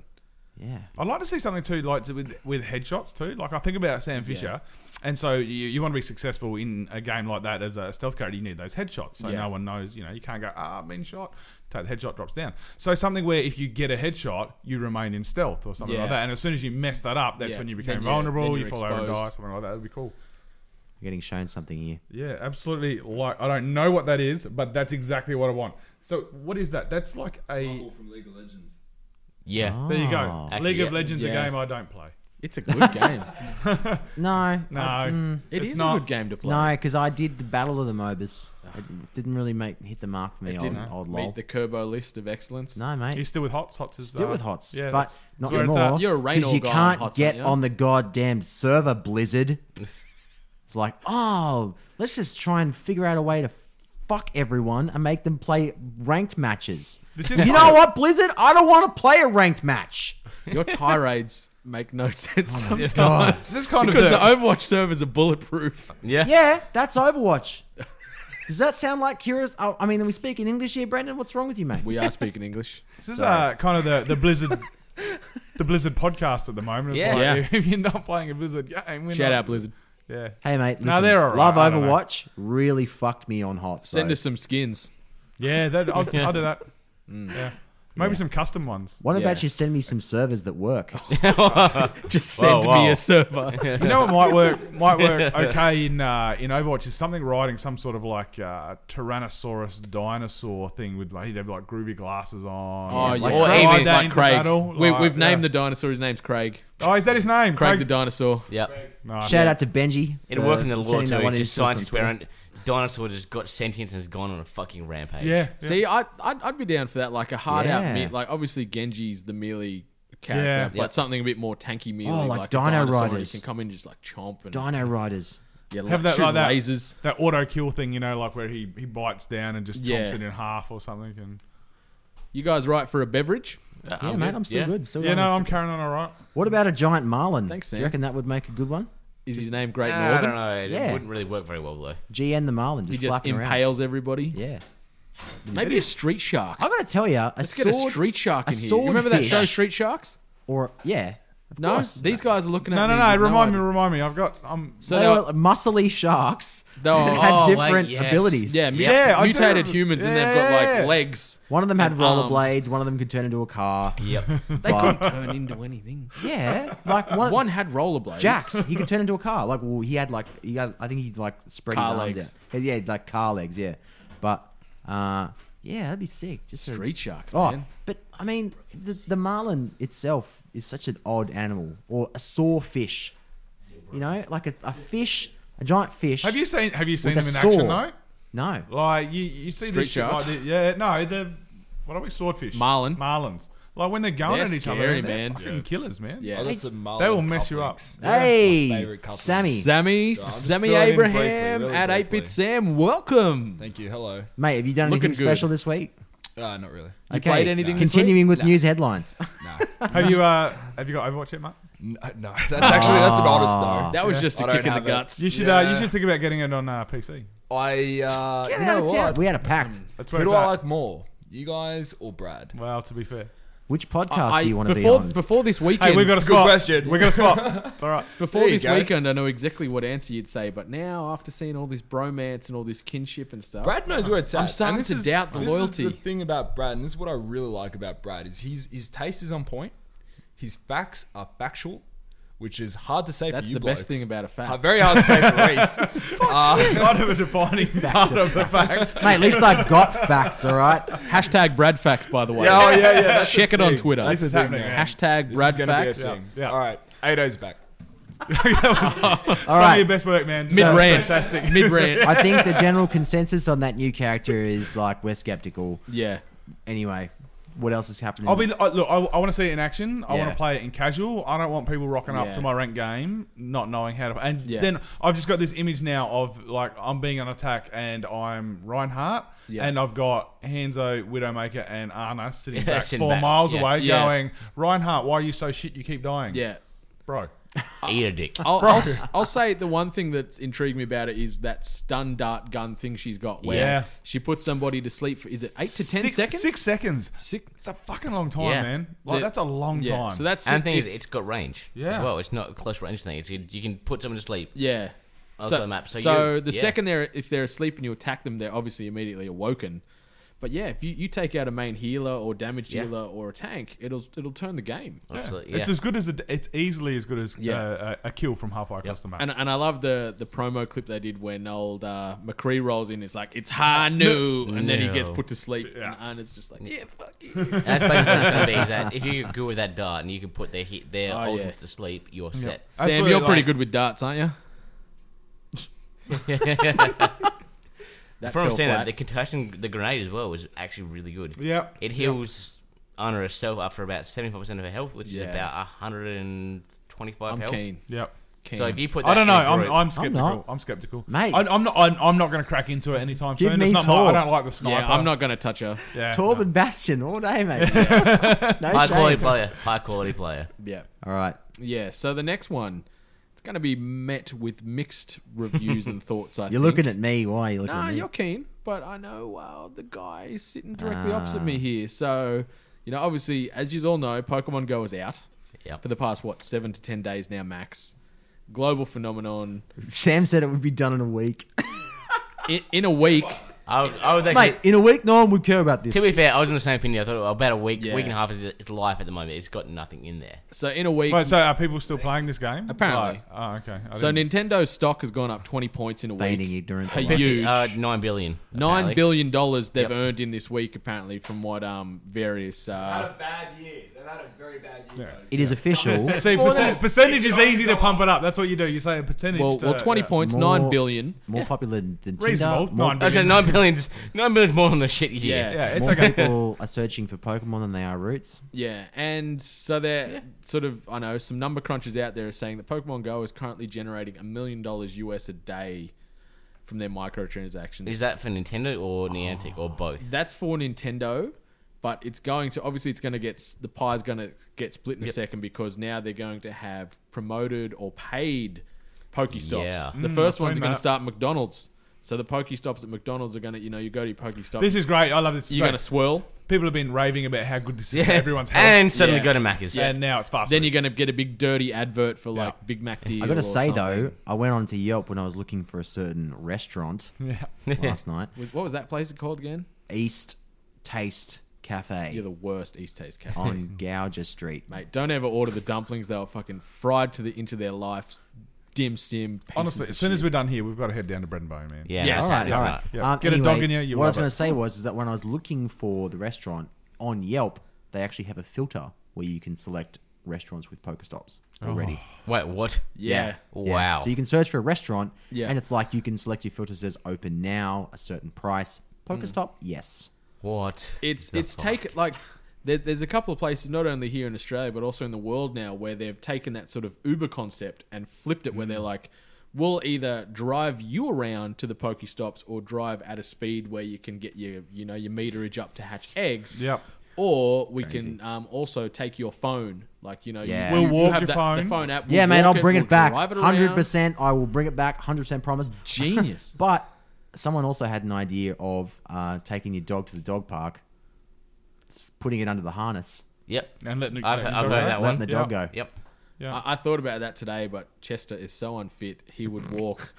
Yeah. I'd like to see something too, like to, with with headshots too. Like I think about Sam Fisher, and so you, you want to be successful in a game like that as a stealth character, you need those headshots. So Yeah. no one knows, you know, you can't go ah, I've been shot. Take the headshot drops down. So something where if you get a headshot, you remain in stealth or something Yeah. like that. And as soon as you mess that up, that's Yeah. when you Then became you're- vulnerable. then You you're fall over and die, exposed. something like that. That'd be cool. We're getting shown something here. Yeah, absolutely. Like I don't know what that is, but that's exactly what I want. So what is that? That's like a. from League of Legends. Yeah. There you Oh. go. Actually, League of yeah. Legends, Yeah. a game I don't play. It's a good game. No, No, I- mm, It it's is not. a good game to play. no, because I did the Battle of the MOBAs. It didn't really make hit the mark for me. it Old, didn't old lol. meet the Kerbo list of excellence. no, mate. He's still with Hots. Hots is Still uh, with hots, Yeah, but that's- Uh, not where it's anymore. at. You're a rain because you or guy on can't hots, get aren't you? on the goddamn server, Blizzard. it's like, oh, let's just try and figure out a way to fuck everyone and make them play ranked matches. This is you kind know of- what, Blizzard? I don't want to play a ranked match. Your tirades make no sense sometimes. This is kind of because the- the Overwatch servers are bulletproof. Yeah. Yeah, that's Overwatch. Does that sound like Kira's? Oh, I mean, are we speaking English here, Brendan? What's wrong with you, mate? We are speaking English. This is uh, kind of the, the Blizzard the Blizzard podcast at the moment. It's Yeah. like, If you're not playing a Blizzard game, we're Shout not- out Blizzard. Yeah. Hey, mate. Listen, No, they're all right. Love I don't know. Overwatch really fucked me on hot. Send us some skins. Yeah, that, I'll, I'll do that. Mm. Yeah. Maybe some custom ones. What about Yeah. you send me some servers that work? Just Oh, send Whoa, me whoa. a server. You know what might work might work okay in uh, in Overwatch is something riding some sort of like uh, Tyrannosaurus dinosaur thing with like he'd have like groovy glasses on. Oh, Like, yeah. Or ride even that like into Craig. battle, we, like, we've yeah. named the dinosaur. His name's Craig. Oh, is that his name? Craig the dinosaur. Yeah. Nice. Shout out to Benji. It'll for work in the law sending that too. one It's in just to us on science Twitter. experiment. Dinosaur just got sentience and has gone on a fucking rampage. Yeah. yeah. See, I'd, I'd, I'd be down for that. Like a hard out Yeah. melee. Like, obviously, Genji's the melee character, Yeah. but Yep. something a bit more tanky melee. Oh, like like Dino a dinosaur where Riders. You can come in and just like chomp and Dino Riders. yeah, like, have that shoot like that, lasers. that auto kill thing, you know, like where he, he bites down and just chomps Yeah. it in half or something. And You guys right for a beverage? Uh, Yeah, mate, I'm still yeah. good. Still yeah, going. no, I'm carrying on all right. What about a giant marlin? Thanks, Do you Sam. reckon that would make a good one? Is his name ah, Great Nah, I Northern? don't know. It Yeah. wouldn't really work very well though. GN the marlin, He just, just flapping around. impales everybody. Yeah. Maybe a street shark. I gotta tell you, a Let's sword get a street shark a in here. You remember that show, swordfish. Street Sharks? or yeah, of No, course. these guys are looking at No, no, me no. with Remind me, idea. remind me. I've got. Um, So they they were muscly sharks They were- that had oh, wait, different yes. abilities. yeah, mu- Yeah, I do mutated rem- humans, and they've got Yeah. like legs. One of them had And arms. rollerblades. One of them could turn into a car. Yep. They couldn't turn into anything. Yeah, like one, One had rollerblades. Jax. He could turn into a car. Like well, he had like he had, I think he like spread Car his arms legs. out. Yeah, like car legs. Yeah, but uh, yeah, that'd be sick. Just a- Street sharks, Oh, man. but I mean, the, the marlin itself is such an odd animal, or a sawfish. You know, like a, a fish, a giant fish. have you seen? Have you seen With them in a action though? sword. No. Like you, you see Street this shit like sharks? thi- Yeah, no, the what are we swordfish? Marlin. Marlins. Like when they're going They're at each other, scary, they're man. fucking Yeah. killers, man. Yeah. I got some They Oh, Marlin will mess you up. cufflinks. Hey, Favorite couple. Sammy, Sammy, So I'm just Sammy throwing in briefly, Abraham really at briefly. 8 Bit Sam. Welcome. Thank you. Hello. mate, have you done Looking anything good. special this week? Uh, not really. You played anything this Continuing with news headlines. Have you uh have you got Overwatch yet, mate? No, no that's actually that's an honest though. That was just I a don't kick in the have it. guts. You should uh, you Yeah. should think about getting it on uh, PC. I uh, Get you out know of town. what? We had a pact. That's where Who do it's I at. like more, you guys or Brad? Well, to be fair. Which podcast I- do you want to be before, on? Before this Hey, weekend, we've got a It's a good spot. question. We got a spot. It's all right. Before There you this go. weekend, I know exactly what answer you'd say, but now after seeing all this bromance and all this kinship and stuff, Brad knows where it's at. I'm starting and this to is, doubt the this loyalty. Is the thing about Brad, and this is what I really like about Brad, is he's, his taste is on point. His facts are factual, which is hard to say That's for you the best blokes. thing about a fact. Hard- very hard to say for Reese. It's kind of a defining part of the fact. Mate, at least I got facts, all right? hashtag Bradfacts, by the way. oh, yeah, yeah. That's Check it on Twitter. That's the It's thing, happening, man. man. Hashtag This is gonna be a Bradfacts. thing. Yeah. All right. Ado's back. All Some of your right. best work, man. Mid rant. Fantastic. Mid rant. I think the general consensus on that new character is like, we're skeptical. Yeah. Anyway, what else is happening? I'll be I, look. I, want to see it in action. I want Yeah. to play it in casual. I don't want people rocking up Yeah. to my ranked game not knowing how to. And Yeah. then I've just got this image now of like I'm being on attack and I'm Reinhardt Yeah. and I've got Hanzo, Widowmaker, and Ana sitting back Sitting four back, miles yeah. away, Yeah. going Reinhardt, why are you so shit? You keep dying, Yeah. bro. Eat a dick. I'll, I'll, s- I'll say the one thing that's intrigued me about it is that stun dart gun thing she's got where Yeah. she puts somebody to sleep for, is it 8 to 10 six, seconds? Six seconds. Six- It's a fucking long time, Yeah. man. Like The- that's a long Yeah. time. So that's And the thing is, if- it's got range Yeah. as well. It's not a close range thing. It's you, you can put someone to sleep. Yeah. Oh, so the map. So you- the yeah. second they're if they're asleep and you attack them, they're obviously immediately awoken. But yeah, if you, you take out a main healer or damage dealer or a tank, it'll it'll turn the game. Absolutely. It's yeah. as good as a, it's easily as good as Yeah. uh, a, a kill from halfway across the map. And, and I love the the promo clip they did when old uh, McCree rolls in. It's like it's Hanu, and then he No. gets put to sleep, and Ana's just like, yeah, fuck you. That's basically what it's going to be. Is that if you're good with that dart and you can put their hit, their Oh, ultimate yeah. to sleep, you're set. Sam, Absolutely, you're pretty like- good with darts, aren't you? that From fell saying that, flat. the concussion, the grenade as well, was actually really good. Yep. It heals Ana herself up for about 75% of her health, which Yeah. is about 125 I'm health. keen. yep. So if you put that I don't know. in a I'm, group- I'm skeptical. I'm, not. skeptical, Mate. I, I'm not. I'm, I'm not going to crack into it anytime Give soon. me it's not my, I Torb. don't like the sniper. Yeah, I'm not gonna touch her. Yeah, Torb no. and Bastion all day, mate. no High quality shame. player. High quality player. Yeah, All right. yeah. So the next one, it's gonna be met with mixed reviews and thoughts. I think. You're looking at me. Why are you looking Nah, at me? you're keen, but I know uh, the guy is sitting directly opposite me here. So, you know, obviously, as you all know, Pokemon Go is out Yep. for the past what seven to ten days now, max. Global phenomenon. Sam said it would be done in a week. In, in a week, I was, I was actually. Mate, in a week, no one would care about this. To be fair, I was in the same opinion. I thought about a week, Yeah. week and a half is its life at the moment. It's got nothing in there. so in a week. Wait, so are people still playing this game? Apparently. Like, oh, okay. I so didn't- Nintendo's stock has gone up twenty points in a Feigning week. ignorance. Hey, I like you- it. Huge. Uh, nine billion. Nine apparently. billion dollars they've Yep. earned in this week, apparently, from what um various. Uh, a bad year. They've had a very bad year. Yeah. It is official. See, percent, percentage is easy to pump it up. That's what you do. You say a percentage. well, to, well, twenty yeah. points, More- nine billion. More popular than than Tinder. Reasonable. More Nine I said billion. nine billions. Nine billions more than the shit year. Yeah. Yeah, it's more okay. people are searching for Pokemon than they are roots. Yeah, and so they're sort of I know some number crunchers out there are saying that Pokemon Go is currently generating a million dollars US a day from their microtransactions. Is that for Nintendo or Niantic or both? That's for Nintendo, but it's going to obviously it's going to get s- the pie's going to get split in a second because now they're going to have promoted or paid Pokestops. Yeah. The first I've ones seen are going that. to start at McDonald's. So the Pokestops at McDonald's are going to you know you go to your Pokestop. This is great. I love this. you're So going to swirl. people have been raving about how good this is. for Everyone's health. and suddenly Yeah. go to Macca's. and now it's fast. Then food. you're going to get a big dirty advert for like Big Mac deal. I gotta or say though, something. I went onto Yelp when I was looking for a certain restaurant last night. Was, what was that place called again? East Taste Cafe You're the worst East Taste Cafe. on Gouger Street. Mate, don't ever order the dumplings. They were fucking fried to the into their life. Dim sim. pieces honestly, of as soon shit. as we're done here, we've got to head down to Bread and Bone, man. Yeah. Yes. no, All right, it's all not. right. Yeah, Um, get a anyway, dog in you, you what I was love going it. to say was is that when I was looking for the restaurant on Yelp, they actually have a filter where you can select restaurants with Pokestops already. Wait, what? Yeah. Yeah. Wow. So you can search for a restaurant, Yeah. and it's like you can select your filter says open now, a certain price, Pokestop, yes. what? it's the it's fuck? taken like there, there's a couple of places not only here in Australia but also in the world now where they've taken that sort of Uber concept and flipped it where Mm. they're like we'll either drive you around to the Pokestops or drive at a speed where you can get your you know your meterage up to hatch eggs. Yep. Or we can um, also take your phone, like you know, you- Yeah. you, We'll you walk have your that- The phone. phone app. yeah, we'll man, walk I'll bring it, we'll back. drive around. 100%. I will bring it back. 100% promise. Genius. But someone also had an idea of uh, taking your dog to the dog park, s- putting it under the harness, Yep. And letting it- I've, letting I've it go. heard that letting one. the Yeah. dog go. Yep. I, I thought about that today, but Chester is so unfit, he would walk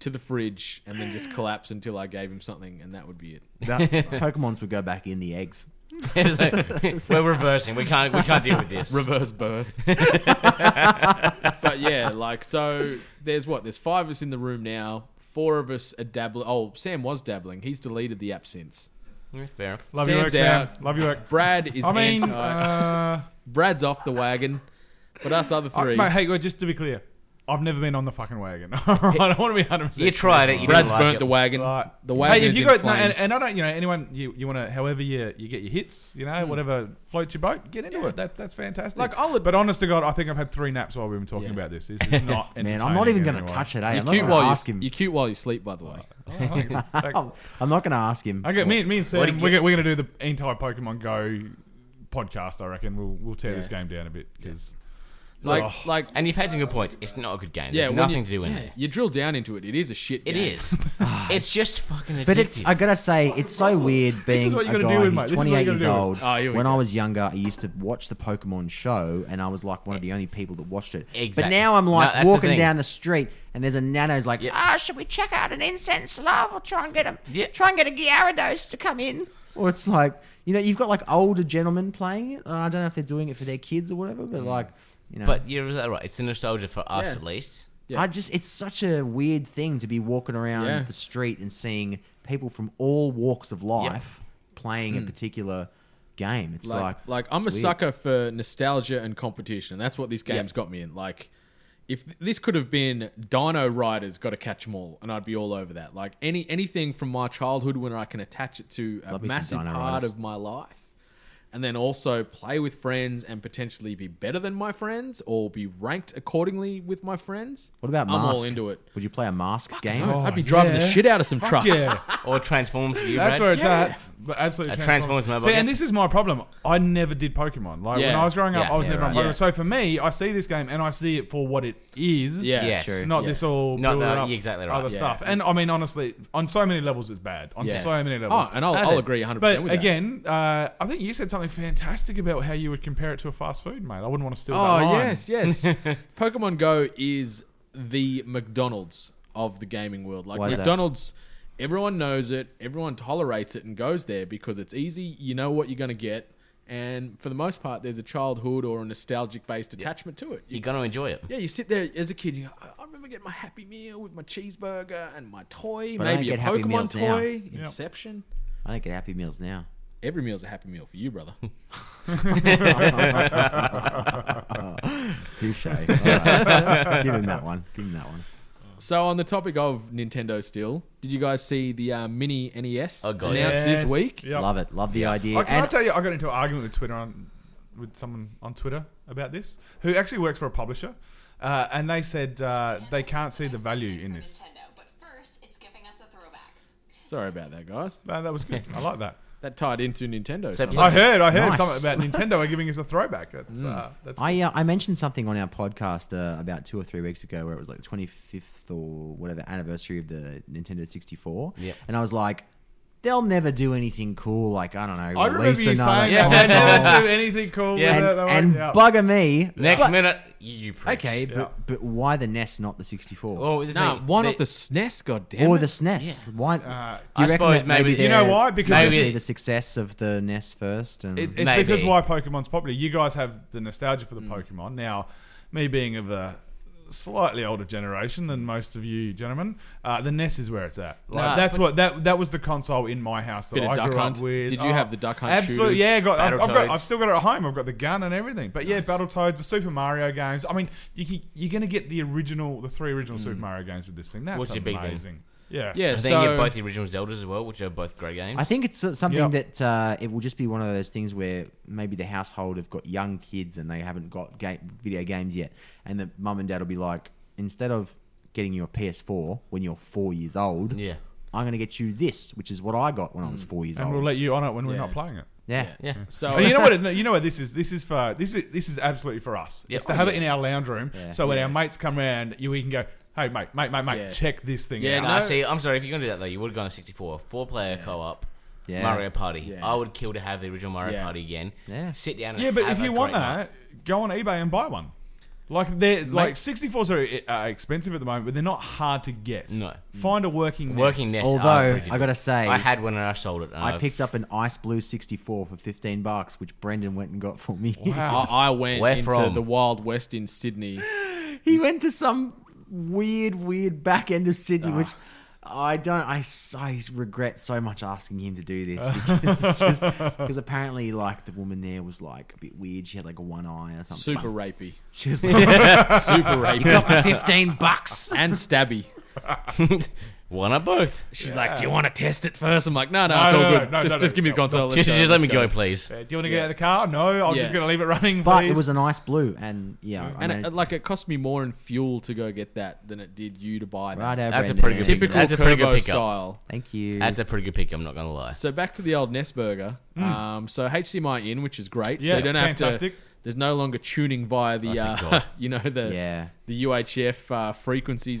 to the fridge and then just collapse until I gave him something, and that would be it. That, Pokemon's would go back in the eggs. It's like, we're reversing. We can't. We can't deal with this. Reverse birth. but yeah, like, so there's what? There's five of us in the room now. Four of us are dabbling. Oh, Sam was dabbling. He's deleted the app since. Yeah, Fair enough. Love your work, Sam's Sam. out. Love your work. Brad is I mean, anti- uh, Brad's off the wagon, but us other I, three. mate, hey, wait, just to be clear, I've never been on the fucking wagon. I don't want to be 100. You tried it. You Brad's didn't like burnt it. the wagon. Right. The wagon Hey, if is you in got no, and, flames. and I don't, you know, anyone you, you want to, however you you get your hits, you know, whatever floats your boat, get into it. That that's fantastic. Like, I'll ad- but honest to God, I think I've had three naps while we've been talking Yeah. about this. This is not. Man, I'm not even going to touch it, eh? I'm not going to while ask you, him. you're cute while you sleep, by the way. Oh. it. I'm not going to ask him. Okay, me, me and Sam, what do you we're, gonna- we're going to do the entire Pokemon Go podcast. I reckon we'll we'll tear this Yeah. game down a bit because Like, like, And you've had some good points. It's not a good game. yeah, There's when nothing you, to do in yeah, there. You drill down into it. It is a shit. It game. is. Ah, it's just fucking addictive. But it's I gotta say, it's so weird being what a you gotta guy do with, mate. This who's is what you 28 gotta years do with. Ah, old. Oh, here we when go. I was younger, I used to watch the Pokemon show, and I was like one of the only people that watched it. But Exactly. now I'm No, like that's the walking thing. down the street, and there's a nano's like, Yeah. "Ah, should we check out an incense love or try and get a Yeah. try and get a Gyarados to come in?" Or it's like you know you've got like older gentlemen playing it. And I don't know if they're doing it for their kids or whatever, Mm. but like you know. But you're right. It's the nostalgia for us, at least. I just it's such a weird thing to be walking around Yeah. the street and seeing people from all walks of life playing a particular game. It's like Hmm. like, like I'm a it's weird. sucker for nostalgia and competition. That's what this game's got me in. Like, if th- this could have been Dino Riders, got to catch 'em all, and I'd be all over that. Like any anything from my childhood when I can attach it to a Love me some massive Dino part Riders. of my life, and then also play with friends and potentially be better than my friends or be ranked accordingly with my friends. What about I'm mask? all into it. Would you play a mask game? no. I'd be Oh, driving the yeah. shit out of some trucks. Yeah. Or Transformers for you, That's Brad. where it's at. But absolutely A Transformers mobile See, game. and this is my problem. I never did Pokemon. Like when Yeah. I was growing up, Yeah, I was yeah, never on right. Pokemon. Yeah. So for me, I see this game and I see it for what it is. Yeah, Yes. It's true. not Yeah. this all Not building that- up you're exactly right, other yeah. stuff. And I mean, honestly, on so many levels, it's bad. On Yeah. so many levels. Oh, and I'll- As I'll it- agree 100% But with that. again, uh, I think you said something fantastic about how you would compare it to a fast food, mate. I wouldn't want to steal that Oh line. yes, yes. Pokemon Go is the McDonald's of the gaming world. Like Why is that? McDonald's, everyone knows it, everyone tolerates it, and goes there because it's easy. You know what you're going to get, and for the most part, there's a childhood or a nostalgic-based attachment to it. You- You're going to enjoy it. yeah, you sit there as a kid. You go, "I- I remember getting my Happy Meal with my cheeseburger and my toy, But I maybe get a Happy Pokemon Meals now. toy. Inception. I think at Happy Meals now. Every meal's a Happy Meal for you, brother. Touche. All right. Give him that one. Give him that one. So, on the topic of Nintendo, still, did you guys see the uh, mini NES Oh, God, announced Yes. this week? Yep. Love it. Love the idea. Oh, can I and tell you, I got into an argument with Twitter on with someone on Twitter about this, who actually works for a publisher, uh, and they said uh, they can't see the value in this. but first, it's giving us a throwback. Sorry about that, guys. No, Uh, that was good. I like that. That tied into Nintendo. So- somehow. I heard, I heard Nice. something about Nintendo are giving us a throwback. That's uh, that's. I, uh, I mentioned something on our podcast uh, about two or three weeks ago where it was like the 25th or whatever anniversary of the Nintendo 64. Yep. And I was like, they'll never do anything cool. Like, I don't know. I remember release you another saying that. They console. never do anything cool. Yeah. with and it. They and won't- yeah. bugger me. Next But- minute, you pricks. Okay, Yeah. but, but why the NES, not the 64? Well, the Nah, thing- why they- not the SNES? God damn or it. the SNES? Why? do E I you reckon suppose that maybe, maybe- they're You Uh, know why? Because trying to maybe- see the success of the NES first, and It, it's Maybe. because why Pokemon's popular. You guys have the nostalgia for the Mm. Pokemon. Now, me being of the slightly older generation than most of you gentlemen, uh, the NES is where it's at. Like, Nah, that's but- what that that was the console in my house that Bit of I Duck grew Hunt. up with. Did you have the Duck Hunt Absolutely, shooters, yeah. Got, I've, I've got, Battletoads? I've still got it at home. I've got the gun and everything. But yeah, Battletoads, the Super Mario games. I mean, you can, you're going to get the original, the three original Mm. Super Mario games with this thing. That's What's your big amazing. thing? Yeah. Yeah, And so then you get both the original Zeldas as well, which are both great games. I think it's uh, something Yeah. that uh, it will just be one of those things where maybe the household have got young kids and they haven't got ga- video games yet, and the mum and dad will be like, instead of getting you a PS4 when you're four years old, Yeah. I'm going to get you this, which is what I got when I was four years Mm. And old. we'll let you on it when we're Yeah. not playing it. yeah. yeah. So Oh, you know what? it- You know what this is. This is for this is this is absolutely for us. Yep. It's to have it in our lounge room, so when Yeah. our mates come round, you we can go, hey mate, mate, mate, mate, Yeah. check this thing Yeah, out. No, No. see, I'm sorry. If you're gonna do that though, you would have gone to 64, four player co-op, Yeah. Mario Party. Yeah. I would kill to have the original Mario Yeah. Party again. Yeah. Sit down. And yeah, but have if a you want great that, night. go on eBay and buy one. Like they're like 64s are uh, expensive at the moment, but they're not hard to get. No. find a working working nest. nest. Although, are pretty I different. gotta say- I had one and I sold it. and I picked up an Ice Blue 64 for 15 bucks, which Brendan went and got for me. I, I went Where into from? the Wild West in Sydney. he went to some weird, weird back end of Sydney, which I don't. I, s- I regret so much asking him to do this because it's just because apparently, like the woman there was like a bit weird. She had like one eye or something. Super rapey. She was like, Super rapey. fifteen bucks. and stabby. one of both. She's like, "Do you want to test it first? I'm like, "No, no, No, it's no, no, all good. no, just, no, no, just give me the no. console. Just, go, just let me let's go, please. Do you want to get out of the car? No, I'm Yeah. just going to leave it running. But please. it was an ice blue, and yeah, I And it, mean, like, it cost me more in fuel to go get that than it did you to buy that. right over. That's a Brendan. pretty good Typical That's a pretty good Kerbo pickup. style. Thank you. That's a pretty good pick. I'm not gonna lie. So back to the old Ness burger. Um, so HDMI in, which is great. Hmm. so Yeah, you don't have fantastic. to. There's no longer tuning via the uh, God. you know the Yeah. the UHF uh, frequencies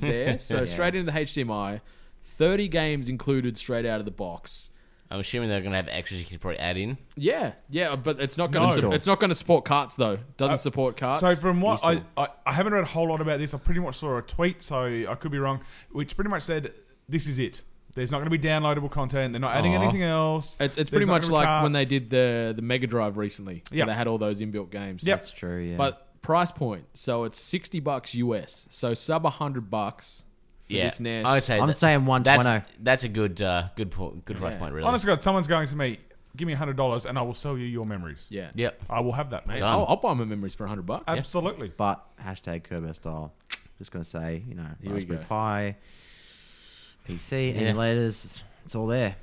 there. So straight into the HDMI. Thirty games included straight out of the box. I'm assuming they're gonna have extras you could probably add in. Yeah, yeah, but it's not going No. Uh, to su- it's not going to support carts though. Doesn't support carts. So from what I, I, I haven't read a whole lot about this. I pretty much saw a tweet, so I could be wrong, which pretty much said this is it. There's not going to be downloadable content. They're not adding Aw. anything else. It's, it's There's pretty not much gonna be like carts. when they did the the Mega Drive recently. where Yeah. they had all those inbuilt games. Yep. That's true. Yeah, but price point. So it's sixty bucks US. So sub hundred bucks. For Yeah, this E NES. Oh, I would say that- That's, 120. that's a good, uh, good, po- good price point, really. Honest to God, someone's going to me, give me hundred dollars, and I will sell you your memories. Yeah. Yep. I will have that, mate. Oh, um, I'll, I'll buy my memories for hundred bucks. Absolutely. But hashtag Kerber style. Just gonna say, you know, Here we Raspberry go. Pi, PC, Yeah. emulators, it's, it's all there.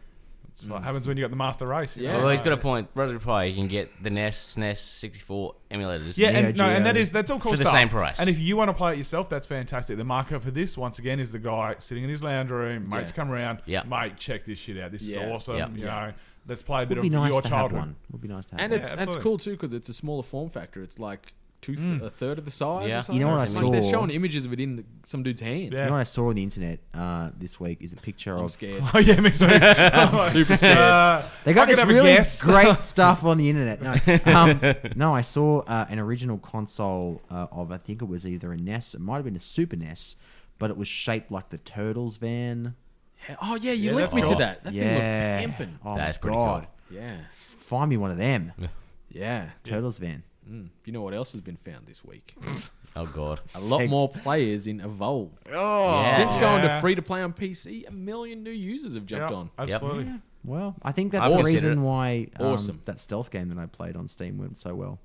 That's Mm. what happens when you got the master race. It's well, he's like- got a point. Raspberry Pi, you can get the NES, SNES, 64 emulators. Yeah, and no, and that is that's all cool for stuff. the same price. And if you want to play it yourself, that's fantastic. The marker for this, once again, is the guy sitting in his lounge room. Mates Yeah. come around. Yeah. mate, check this shit out. This Yeah. is awesome. Yeah. You Yeah. know, let's play a bit Would be of nice your to have childhood. one. Would be nice to have and one. it's Yeah, that's absolutely. cool too because it's a smaller form factor. It's like two th- a third of the size. Yeah. Or something. Mm. You know what I Like, They're saw? showing images of it in the, some dude's hand. Yeah. You know what I saw on the internet uh, this week is a picture I'm of. scared. Oh yeah, me too. I'm super scared. Uh, They got I could this have a really guess. great stuff on the internet. No, um, no I saw uh, an original console uh, of I think it was either a NES, it might have been a Super NES, but it was shaped like the Turtles van. oh yeah, you Yeah, linked that's me to cool. that. That yeah, thing looked pimping. oh That's my pretty god, Yeah, S- find me one of them yeah. Turtles van. Mm. You know what else has been found this week? oh god, a lot more players in Evolve. Oh, Since going to Yeah. free to play on PC, a million new users have Yeah, jumped on. absolutely. Well, I think that's I've the considered reason it. why um, Awesome. that stealth game that I played on Steam went so well.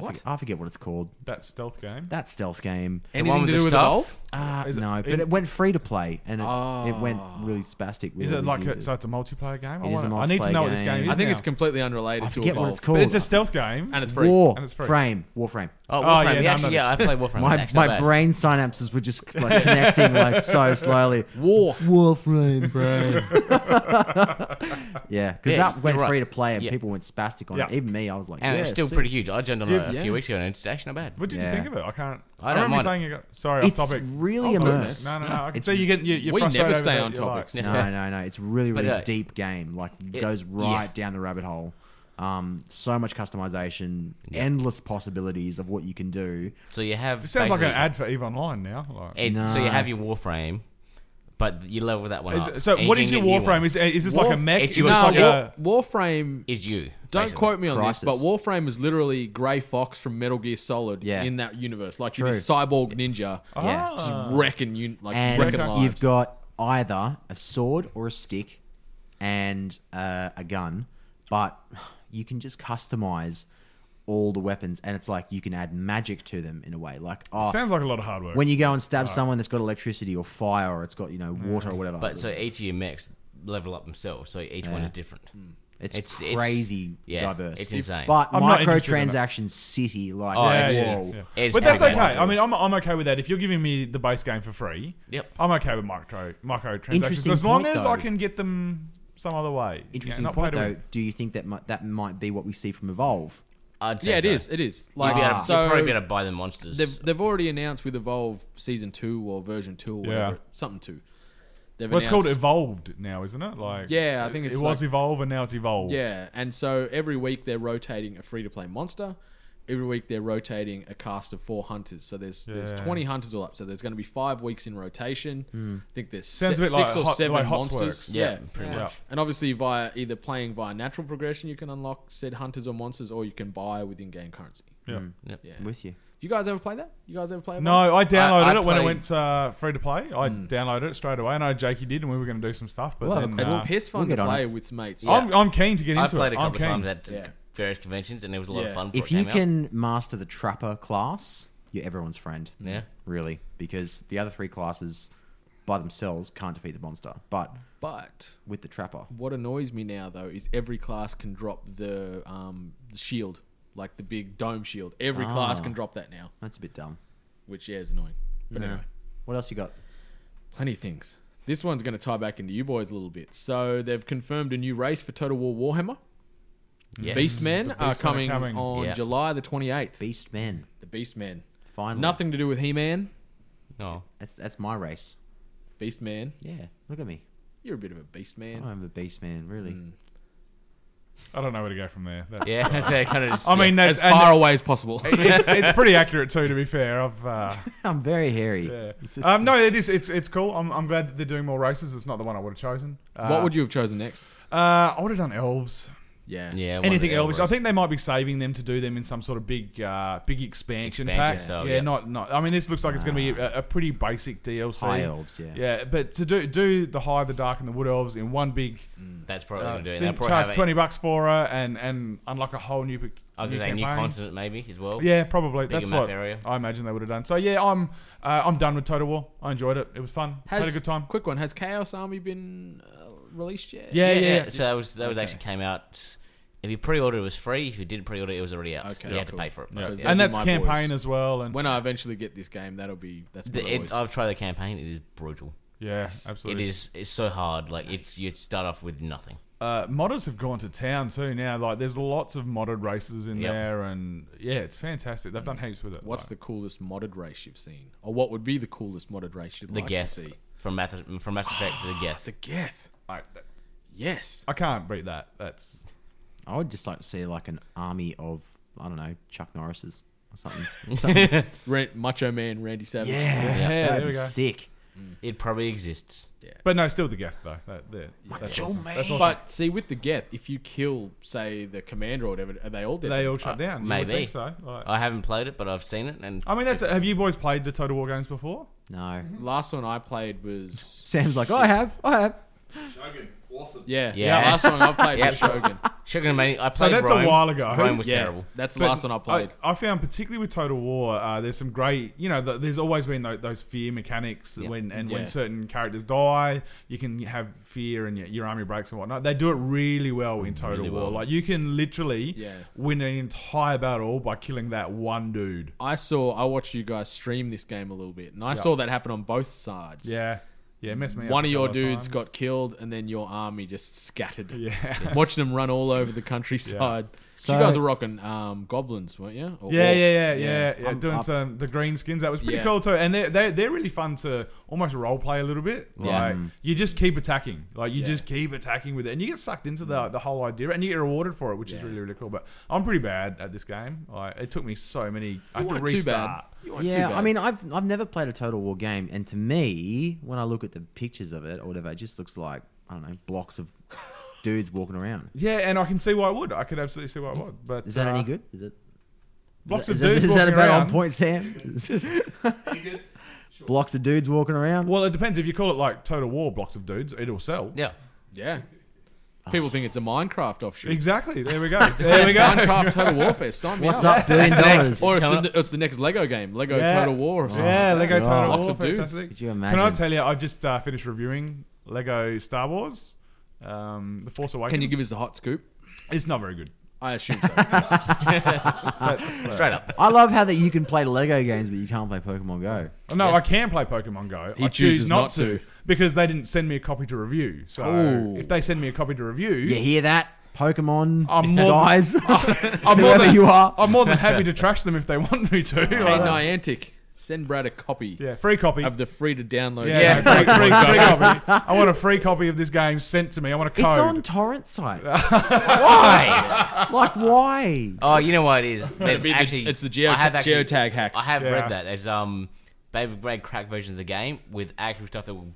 I What? E forget, I forget what it's called. That stealth game. That stealth game. The one Anything with to the do with stuff? Evolve? Uh, Is it- no, but it- it, went free to play and it, it went Oh. really spastic. With Is all it these like a, users. so? It's a multiplayer game. I, It is a wanna- I need to know multiplayer what this game game. is. I think now. it's completely unrelated I to forget Evolve. what it's But called. it's a stealth game. And it's free. War And it's free. frame. Warframe. Oh, Oh, Warframe. yeah, yeah, no, actually, no. yeah, I played Warframe. My Actually, not my bad. brain synapses were just like connecting like so slowly. War. Warframe. yeah, because Yes, that went you're right. free to play and Yeah. people went spastic on it. Yeah. Even me, I was like, And yeah, it's still sick. pretty huge. I jumped on Yeah, it a yeah. few weeks ago, and it's actually not bad. What did Yeah. you think of it? I can't. I I don't remember mind it. saying you got. Sorry, It's off topic. really Oh, no, immersed. No, no, no. I can It's- see you get you. You're We frustrated never over stay that, on you're like- topics. No, no, no. It's really, But, really uh, deep game. Like it- goes right yeah. down the rabbit hole. Um, so much customization, endless possibilities of what you can do. So you have It sounds like an basically- ad for Eve Online now. Like, It, So you No. have your Warframe, but you level that one Is- up. so and what you is your can get a new Warframe? one. Is, is this War- like a mech? if Is you this were No, like talking- a, War, Warframe. Is you? Don't basically. quote me on Crisis. this, but Warframe was literally Grey Fox from Metal Gear Solid Yeah. in that universe. Like True. you're this cyborg ninja, Ah. Yeah. just wrecking you, like and wrecking Okay. lives. you've got either a sword or a stick and uh, a gun, but you can just customize all the weapons, and it's like you can add magic to them in a way. Like, oh, sounds like a lot of hard work. when you go and stab someone that's got electricity or fire or it's got you Mm. know water or whatever. But so each of your mechs level up themselves, so each one is different. Hmm. It's, It's- it's- crazy yeah, diverse. it's insane. But I'm not interested in it. microtransactions city like Oh, yeah, it's- yeah, whoa. yeah. It's but that's okay. pretty amazing. I mean, I'm, I'm okay with that. If you're giving me the base game for free, Yep. I'm okay with micro micro transactions Interesting as long point, as though. I can get them some other way. You know, Interesting not point pay to though. win. Do you think that might, that might be what we see from Evolve? I'd say yeah, it so. is. It is. You'd Like be Ah. able to- so, you'd probably be able to buy the monsters. they've, they've already announced with Evolve season two or version two or whatever, Yeah. something two. They've Well, it's called announced- evolved now, isn't it? Like, Yeah, I think it's it was like- evolve and now it's evolved. Yeah, and so every week they're rotating a free to play monster. Every week they're rotating a cast of four hunters. So there's there's Yeah. Hmm. twenty hunters all up. So there's going to be five weeks in rotation. I think there's Sounds se- a bit six like or Hot- seven like Hot's monsters. Works. yeah, pretty much. And obviously, via either playing via natural progression, you can unlock said hunters or monsters, or you can buy with in-game currency. Yeah. Yeah. With you, You guys ever play that? You guys ever play? No, Evolve? I downloaded I- I it when it played- went uh, free to play. I downloaded it straight away. I know Jakey did, and we were going to do some stuff. But Well, then, it's uh, a piss We'll fun get to on play it. with mates. I'm, I'm keen to get into I played it. a couple I'm of keen. times at Yeah. various conventions, and it was a lot Yeah. of fun. before if it you came out. can master the Trapper class, you're everyone's friend. Yeah. really, because the other three classes by themselves can't defeat the monster, but But with the Trapper, what annoys me now though is every class can drop the um the shield, like the big dome shield. Every Ah. class can drop that now, that's a bit dumb. which yeah is annoying. But Yeah. anyway, What else you got? plenty of things. This one's going to tie back into you boys a little bit. So they've confirmed a new race for Total War Warhammer. Yes. Beastmen The are Beastmen are coming, coming. on Yeah. July the twenty eighth. Beast Man. the Beastmen. Finally, Nothing to do with He Man. No. That's that's my race. Beastman. Yeah, look at me. You're a bit of a Beastman. Hmm. I'm a beast man, really. I don't know where to go from there. That's, Yeah, uh, so it kinda just- I mean, yeah. that's, As far and- away as possible. it's, it's pretty accurate too. To be fair, I've. Uh, I'm very hairy. yeah. It's just- um, no, it is. It's it's cool. I'm, I'm glad that they're doing more races. It's not the one I would have chosen. Uh, what would you have chosen next? Uh, I would have done elves. Yeah. Yeah, one of uh, Anything the elvish? I elves. think they might be saving them to do them in some sort of big, uh, big expansion, Expansion pack. style, yeah, yeah. not not. I mean, this looks like it's going to be a, a pretty basic DLC. High elves, yeah. Yeah, but to do do the high, the dark, and the wood elves in one big. That's probably uh, what they're doing. just They'll probably charge have a- twenty bucks for her and and unlock a whole new. I was new going to say new campaign. continent maybe as well. Yeah, probably. Bigger That's map what area. I imagine they would have done. So yeah, I'm uh, I'm done with Total War. I enjoyed it. It was fun. Has, Had a good time. Quick one. Has Chaos Army been uh, released yet? Yeah, yeah. So that was that was Okay. actually came out. If you pre-ordered, it was free. If you didn't pre-order, it was already out. Okay, you had cool. to pay for it. but- Yeah. Because yeah. and That'd that's be my campaign boys. as well. And When I eventually get this game, that'll be that's. The- what it- it was. I've tried the campaign. It is brutal. yeah, It absolutely. is. It's so hard. Like it's you start off with nothing. Uh, modders have gone to town too now. Like, there's lots of modded races in Yep. there, and yeah, it's fantastic. They've done heaps with it. What's like, the coolest modded race you've seen, or what would be the coolest modded race you'd The like Geth to see? from Mass from Mass Effect Ah, to the Geth. The Geth. like, that- Yes. I can't beat that. That's I would just like to see like an army of I don't know Chuck Norris's or something. something. Ra- Macho Man Randy yeah, Savage. Yeah, there that'd we be go. sick. It probably exists. But no, still the Geth though. That, there, that's awesome. That's awesome. But see, with the Geth, if you kill, say, the commander or whatever, are they all dead? they all shut down. You would uh, Maybe. think so. Like- I haven't played it, but I've seen it, and Oh, I mean, that's. Have you boys played the Total War games before? No, Uh, Last one I played was Sam's like "Oh, I have, I have. Shogun, awesome. yeah, yeah. Yes. Last one I played Yep. was Shogun. Shogun Mania. I So played that's a Rome. while ago. Rome was yeah, terrible. That's the But last one I played. I, found particularly with Total War, uh, there's some great, you know, th- there's always been tho- those fear mechanics when and Yeah. when certain characters die, you can have fear and your, your army breaks and whatnot. They do it really well in Total Really War. well. Like you can literally Yeah. win an entire battle by killing that one dude. I saw, I watched you guys stream this game a little bit, and I saw that happen on both sides. Yeah, yeah, mess me up. One a of your couple dudes times. got killed, and then your army just scattered. Yeah. Watching them run all over the countryside. So So- you guys were rocking um, goblins, weren't you? Or Yeah, yeah, orcs. yeah, yeah, yeah. I'm- Doing I'm- some the green skins that was pretty Yeah. cool too, and they're, they're they're really fun to almost role play a little bit. Like Yeah. you just keep attacking, like you Yeah. just keep attacking with it, and you get sucked into the the whole idea, and you get rewarded for it, which is Yeah. really really cool. But I'm pretty bad at this game. Like it took me so many. I had to weren't too bad. restart. You weren't too Yeah, I bad. mean, I've I've never played a Total War game, and to me, when I look at the pictures of it or whatever, it just looks like I don't know blocks of dudes walking around. Yeah, and I can see why I would. I could absolutely see why I would. But Is that uh, any good? Is it? Blocks is of that- dudes is that walking about around. on point, Sam? It's just blocks of dudes walking around. Well, it depends. If you call it like Total War blocks of dudes, it'll sell. Yeah. Yeah. People think it's a Minecraft offshoot. Exactly. There we go. There we go. Minecraft Total Warfare. Sign me What's up. up, billion dollars? Or it's, Coming in the, it's the next Lego game, Lego Yeah. Total War. Or something. Yeah, Lego God. Total Lots War. of dudes. Fantastic. Could you Can I imagine? tell you? I've just uh, finished reviewing Lego Star Wars, um, The Force Awakens. Can you give us a hot scoop? It's not very good. I assume so. Straight up. I love how that you can play Lego games, but you can't play Pokemon Go. No, I can play Pokemon Go. He I choose chooses not, not to, to. because they didn't send me a copy to review. So Ooh. if they send me a copy to review, You hear that, Pokemon I'm more- guys? I'm more Whoever than you are. I'm more than happy to trash them if they want me to. hey, Like, Niantic, send Brad a copy yeah, free copy. of the free to download. yeah, game. no, free, free, free copy. I want a free copy of this game sent to me. I want a code. It's on torrent sites. why? Like why? Oh, you know what it is? They've be the- actually, it's the geo- I have geotag hacks. I have Yeah. read that. There's um, they've made crack versions of the game with actual stuff that will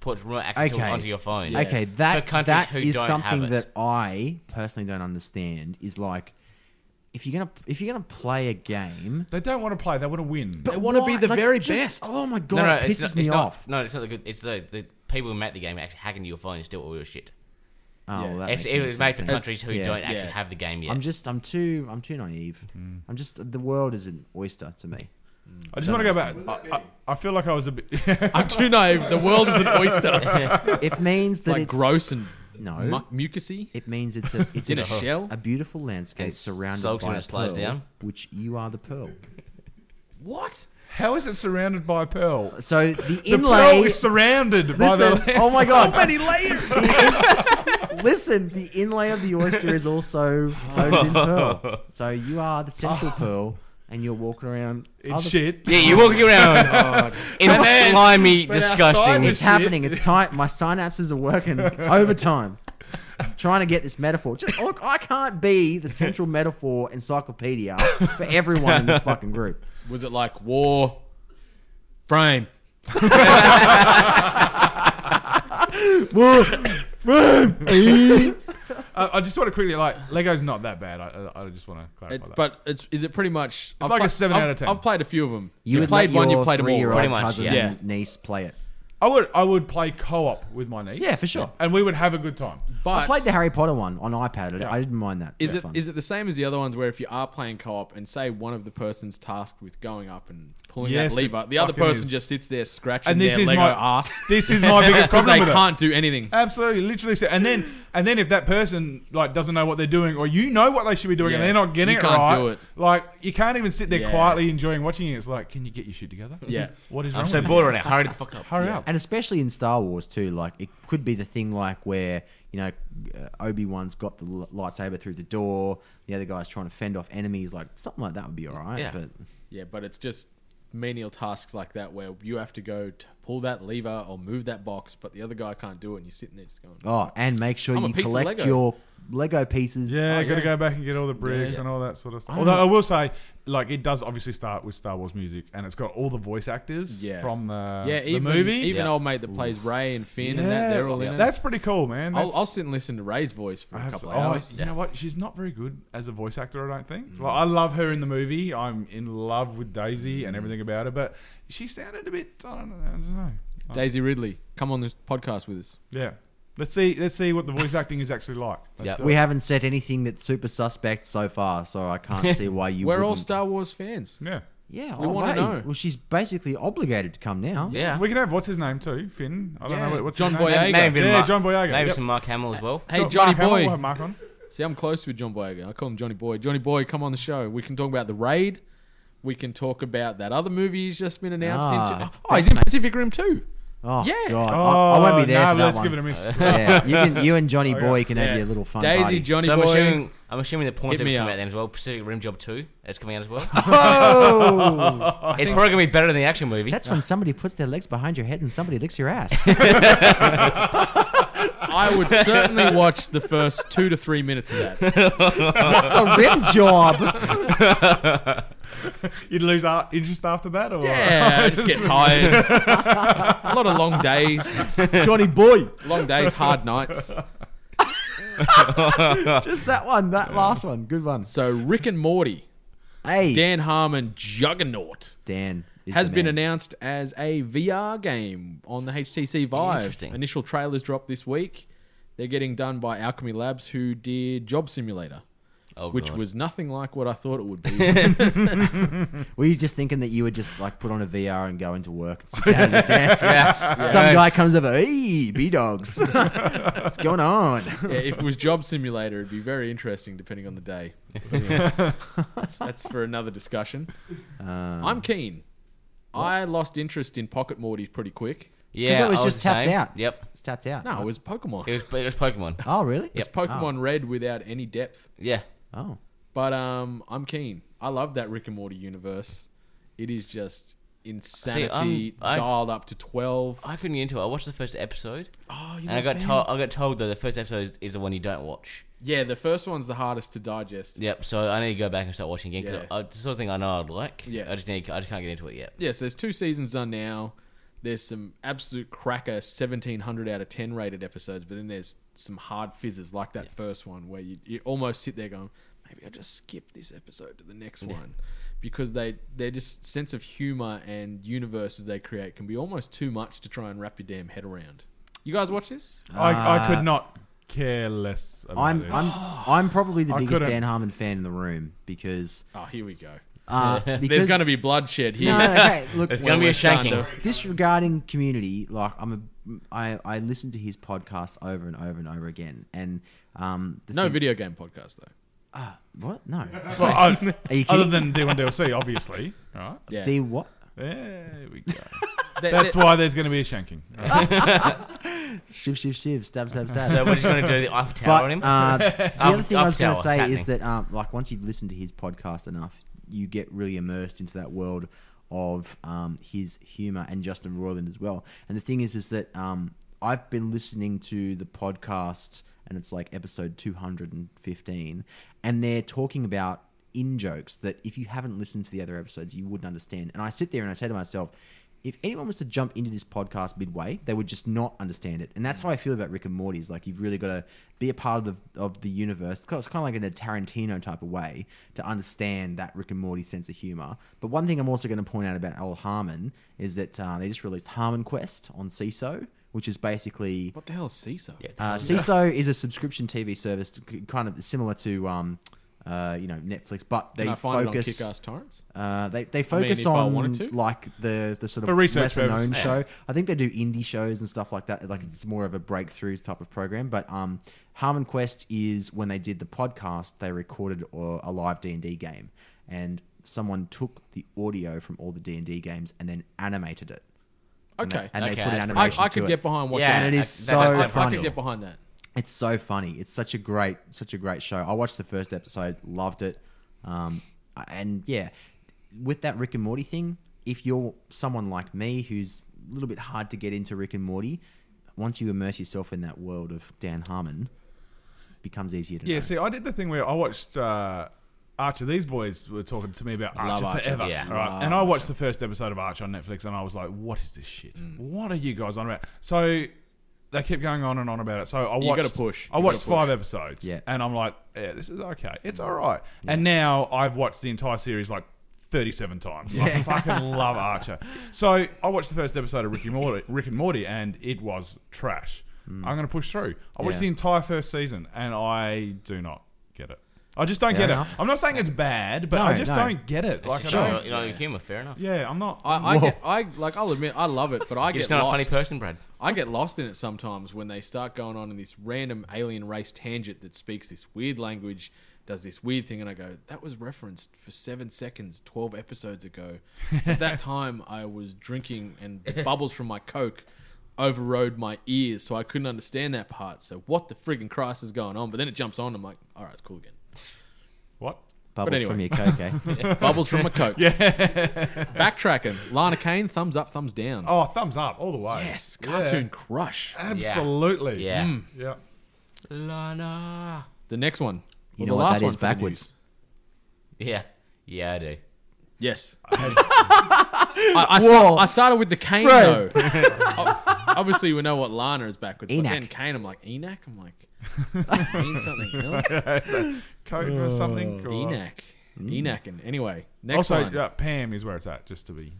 put remote access to it Okay. onto your phone. Okay, For that countries that who is don't something have it. that I personally don't understand. Is like if you're gonna if you're gonna play a game, they don't want to play. They want to win. but wanna why- be the like, very just- best. Oh my god, No, no, it it's pisses not, me it's not- off. no, it's not the good. It's the, the people who make the game actually hack into your phone and steal all your shit. Oh, well, that It's, makes it more was made sense for then. countries who Yeah. don't actually Mm. Yeah. have the game yet. I'm just I'm too I'm too naive. I'm just the world is an oyster to me. I just want to go back. I, I, I feel like I was a bit. I'm too naive. The world is an oyster. It means that like it's gross and No. mu- mucusy. It means it's a it's In a, a shell? a beautiful landscape And surrounded soaks by and a it slows pearl, down? which you are the pearl. What? How is it surrounded by a pearl? So the The inlay. pearl is surrounded by the. Listen, oh my god! many layers. Listen, the inlay of the oyster is also coated in pearl. So you are the central pearl, and you're walking around. It's other- shit. yeah, you're walking around in But then- slimy, but outside disgusting. the It's happening. It's tight. My synapses are working overtime. trying to get this metaphor. Just look, I can't be the central metaphor encyclopedia for everyone in this fucking group. Was it like war frame? War frame. I, I just want to quickly like Lego's not that bad. I, I I just want to clarify It's, that. but it's is it pretty much? It's like a seven I've- out of 10. I've played a few of them. You would played let one. You your played them all. three-year-old Pretty much. cousin Yeah. and niece play it. I would I would play co-op with my niece. Yeah, for sure. And we would have a good time. But I played the Harry Potter one on iPad. I didn't mind that. Is That's it fun. is it the same as the other ones where if you are playing co-op and say one of the person's tasked with going up and pulling Yes, that lever, it the other fucking person is. just sits there scratching And this their is Lego my- ass. this is my biggest 'Cause problem They with it. can't do anything. Absolutely, literally. so- And then and then if that person like doesn't know what they're doing, or you know what they should be doing, and Yeah. they're not getting You it can't right, do it. like you can't even sit there Yeah. quietly enjoying watching it. It's like, can you get your shit together? Yeah. What is I'm wrong? so with bored you? right now. Hurry the fuck up. Hurry Yeah. up. And especially in Star Wars too, like it could be the thing like where you know Obi Wan's got the l- lightsaber through the door, the other guy's trying to fend off enemies, like something like that would be all right. Yeah. But Yeah, but it's just menial tasks like that where you have to go to pull that lever or move that box, but the other guy can't do it, and you're sitting there just going, oh, and make sure I'm a you piece of collect Lego. your Lego pieces. Yeah, Oh, got to yeah. go back and get all the bricks yeah. and all that sort of stuff. I Although don't- I will say, like, it does obviously start with Star Wars music, and it's got all the voice actors Yeah. from the "Yeah, Uh, the even movie. even old mate that plays Ray and Finn and that they're all in it." That's pretty cool, man. I'll, That's- I'll sit and listen to Ray's voice for a Perhaps- couple of Mm. oh, hours. you know what? She's not very good as a voice actor, I don't think. Like, I love her in the movie. I'm in love with Daisy Mm. and everything about her, but she sounded a bit. I don't know. I don't know. I- Daisy Ridley, come on this podcast with us. Yeah. Let's see. Let's see what the voice acting is actually like. Let's Yeah. do Uh, We it. haven't said anything that's super suspect so far, so I can't see why you. We're all wouldn't. Star Wars fans. Yeah. Yeah, We oh, wanna wait. know. Well, she's basically obligated to come now. Yeah. We can have what's his name too, Finn. I don't Yeah. know what's John his name. Boyega. Maybe Yeah, Mark- John Boyega. Maybe Yep. some Mark Hamill as well. Hey, Sure, Johnny Mark Hamill, Boy. we'll have Mark on. See, I'm close with John Boyega. I call him Johnny Boy. Johnny Boy, come on the show. We can talk about the raid. We can talk about that other movie he's just been announced Ah, into. Oh, he's in Pacific Rim too. Oh Yeah. God, Oh, I, I won't be there nah, for that let's one. give it a Oh, miss. yeah, you, can, you and Johnny Okay. Boy can have Yeah. your little fun Daisy, party. Johnny so I'm Boy. assuming I'm assuming the porn Hit me coming up. out then as well. Pacific Rim Job Two that's coming out as well. Oh, it's probably gonna be better than the action movie. That's when somebody puts their legs behind your head and somebody licks your ass. I would certainly watch the first two to three minutes of that. That's a rim job. You'd lose our interest after that, or Yeah, I just get tired. a lot of long days, Johnny Boy. long days, hard nights. Just that one, that last one. Good one. So Rick and Morty, Hey, Dan Dan, Harmon, Juggernaut, is has the been man. announced as a VR game on the HTC Vive. Interesting. Initial trailers dropped this week. They're getting done by Alchemy Labs, who did Job Simulator, oh, which God. was nothing like what I thought it would be. Were you just thinking that you would just like put on a VR and go into work and sit down at the desk? Some guy comes over, hey, B dogs, what's going on? yeah, if it was Job Simulator, it'd be very interesting depending on the day. But anyway, that's, that's for another discussion. Um, I'm keen. I lost interest in Pocket Morty pretty quick. yeah, it was I just the tapped same. out. Yep, It's tapped out. No, it was Pokemon. it was Ah. it was Pokemon. Oh, really? It's Pokemon Red without any depth. Yeah, Oh, But um, I'm keen. I love that Rick and Morty universe. It is just insanity I- dialed up to twelve. I couldn't get into it. I watched the first episode, Oh, and I got told I got told though the first episode is, is the one you don't watch. Yeah, the first one's the hardest to digest. Yep. So I need to go back and start watching again because Yeah. I, it's the sort of thing I know I'd like. Yeah. I just need. I just can't get into it yet. Yes, there's two seasons done now. There's some absolute cracker 1700 out of 10 rated episodes, but then there's some hard fizzes like that first one where you, you almost sit there going, maybe I'll just skip this episode to the next one. Because they their just sense of humor and universes they create can be almost too much to try and wrap your damn head around. You guys watch this? I, I could not care less. About Uh, I'm this. I'm I'm probably the I biggest couldn't- Dan Harmon fan in the room because Oh, here we go. uh, There's because going to be bloodshed here. no, no, okay, look, It's gonna be a Kinda. shanking. disregarding community like i'm a i i listen to his podcast over and over and over again and um the No thing- video game podcast, though. what no Well, I- you other kidding? than D1 DLC, obviously. All right. Yeah. do you what There we go. They- That's they- why there's going to be a shanking. All right. shiv shiv shiv stab stab stab So we're just gonna do the Eiffel Tower on but him. uh, the Up- other thing i was going to uptower, say happening. is that um like once you listen to his podcast enough you get really immersed into that world of um his humor and justin roiland as well and the thing is is that um i've been listening to the podcast and it's like episode 215 and they're talking about in jokes that if you haven't listened to the other episodes you wouldn't understand and i sit there and i say to myself if anyone was to jump into this podcast midway they would just not understand it and that's how i feel about rick and morty is like you've really got to be a part of the of the universe it's kind of like in a tarantino type of way to understand that rick and morty sense of humor but one thing i'm also going to point out about old harmon is that uh, they just released harmon quest on CISO, which is basically What the hell is CISO? Yeah, uh, CISO is a subscription TV service, to, kind of similar to um, uh, you know Netflix, but they Can I find it on focus. Kick-Ass torrents? Uh, they they I mean, focus if I on wanted to. like the the sort For of research lesser known purposes. show. Yeah. I think they do indie shows and stuff like that. Like it's more of a breakthrough type of program. But um, Harmon Quest is when they did the podcast, they recorded a, a live D and D game, and someone took the audio from all the D and D games and then animated it. And they- Okay. and they, Okay, put an that's- animation. I- I could to it. get behind watching Yeah, that. and it is that- that- so that's- I could funny. get behind that. It's so funny. It's such a great, such a great show. I watched the first episode, loved it, um, and yeah, with that Rick and Morty thing, if you're someone like me who's a little bit hard to get into Rick and Morty, once you immerse yourself in that world of Dan Harmon, it becomes easier to Yeah, know. see, I did the thing where I watched uh, Archer. These boys were talking to me about Love Archer Archer. forever. Yeah. all right? Love And I watched the first episode of Archer on Netflix and I was like, what is this shit? Mm. What are you guys on about? So they kept going on and on about it. So I You watched. gotta push. I You watched gotta push. five episodes. Yeah. Mm. And I'm like, yeah, this is okay. It's all right. And now I've watched the entire series like 37 times. I Yeah. fucking love Archer. So I watched the first episode of Rick and Morty, Rick and, Morty and it was trash. Mm. I'm going to push through. I watched Yeah. the entire first season and I do not get it. I just don't Fair get enough. it. I'm not saying it's bad, but No, I just no. don't get it. It's Like, just I your- don't- your humour, fair enough. Yeah, I'm not. I, I, Whoa. get, I like. I'll admit, I love it, but I You're get just not a lost. funny person, Brad. I get lost in it sometimes when they start going on in this random alien race tangent that speaks this weird language, does this weird thing, and I go, "That was referenced for seven seconds, twelve episodes ago." At that time, I was drinking, and the bubbles from my coke overrode my ears, so I couldn't understand that part. So, what the friggin' Christ is going on? But then it jumps on. I'm like, "All right, it's cool again." What? Bubbles from your coke, eh? Yeah, Bubbles from a coke. Yeah. Backtracking. Lana Kane, thumbs up, thumbs down. Oh, thumbs up all the way. Yes, cartoon Yeah. crush. Absolutely. Yeah. Mm. Yeah. Lana. The next one. You Or know the what last that one is for the backwards. news. Yeah, yeah, I do. Yes. I, I, start, I started with the cane Fred. though. O- Obviously, we know what Lana is backwards. But Enoch. then cane, I'm like Enoch. I'm like does that mean something else. Code for something. Cool. Enoch. Mm. Enoch. And anyway, next also, one. uh, Pam is where it's at, just to be.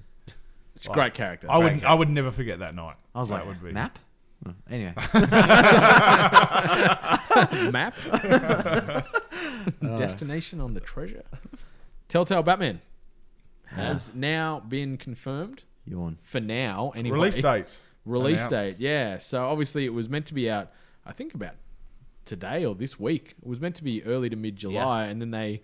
It's a great character. I would. Great I would never forget that night. I was that like, would be. map. Oh, Anyway, Map. Destination on the treasure. Telltale Batman Ah. has now been confirmed. Yawn. For now, anyway. Release date Release announced. date. Yeah. So obviously it was meant to be out. I think about today or this week. It was meant to be early to mid July, and then they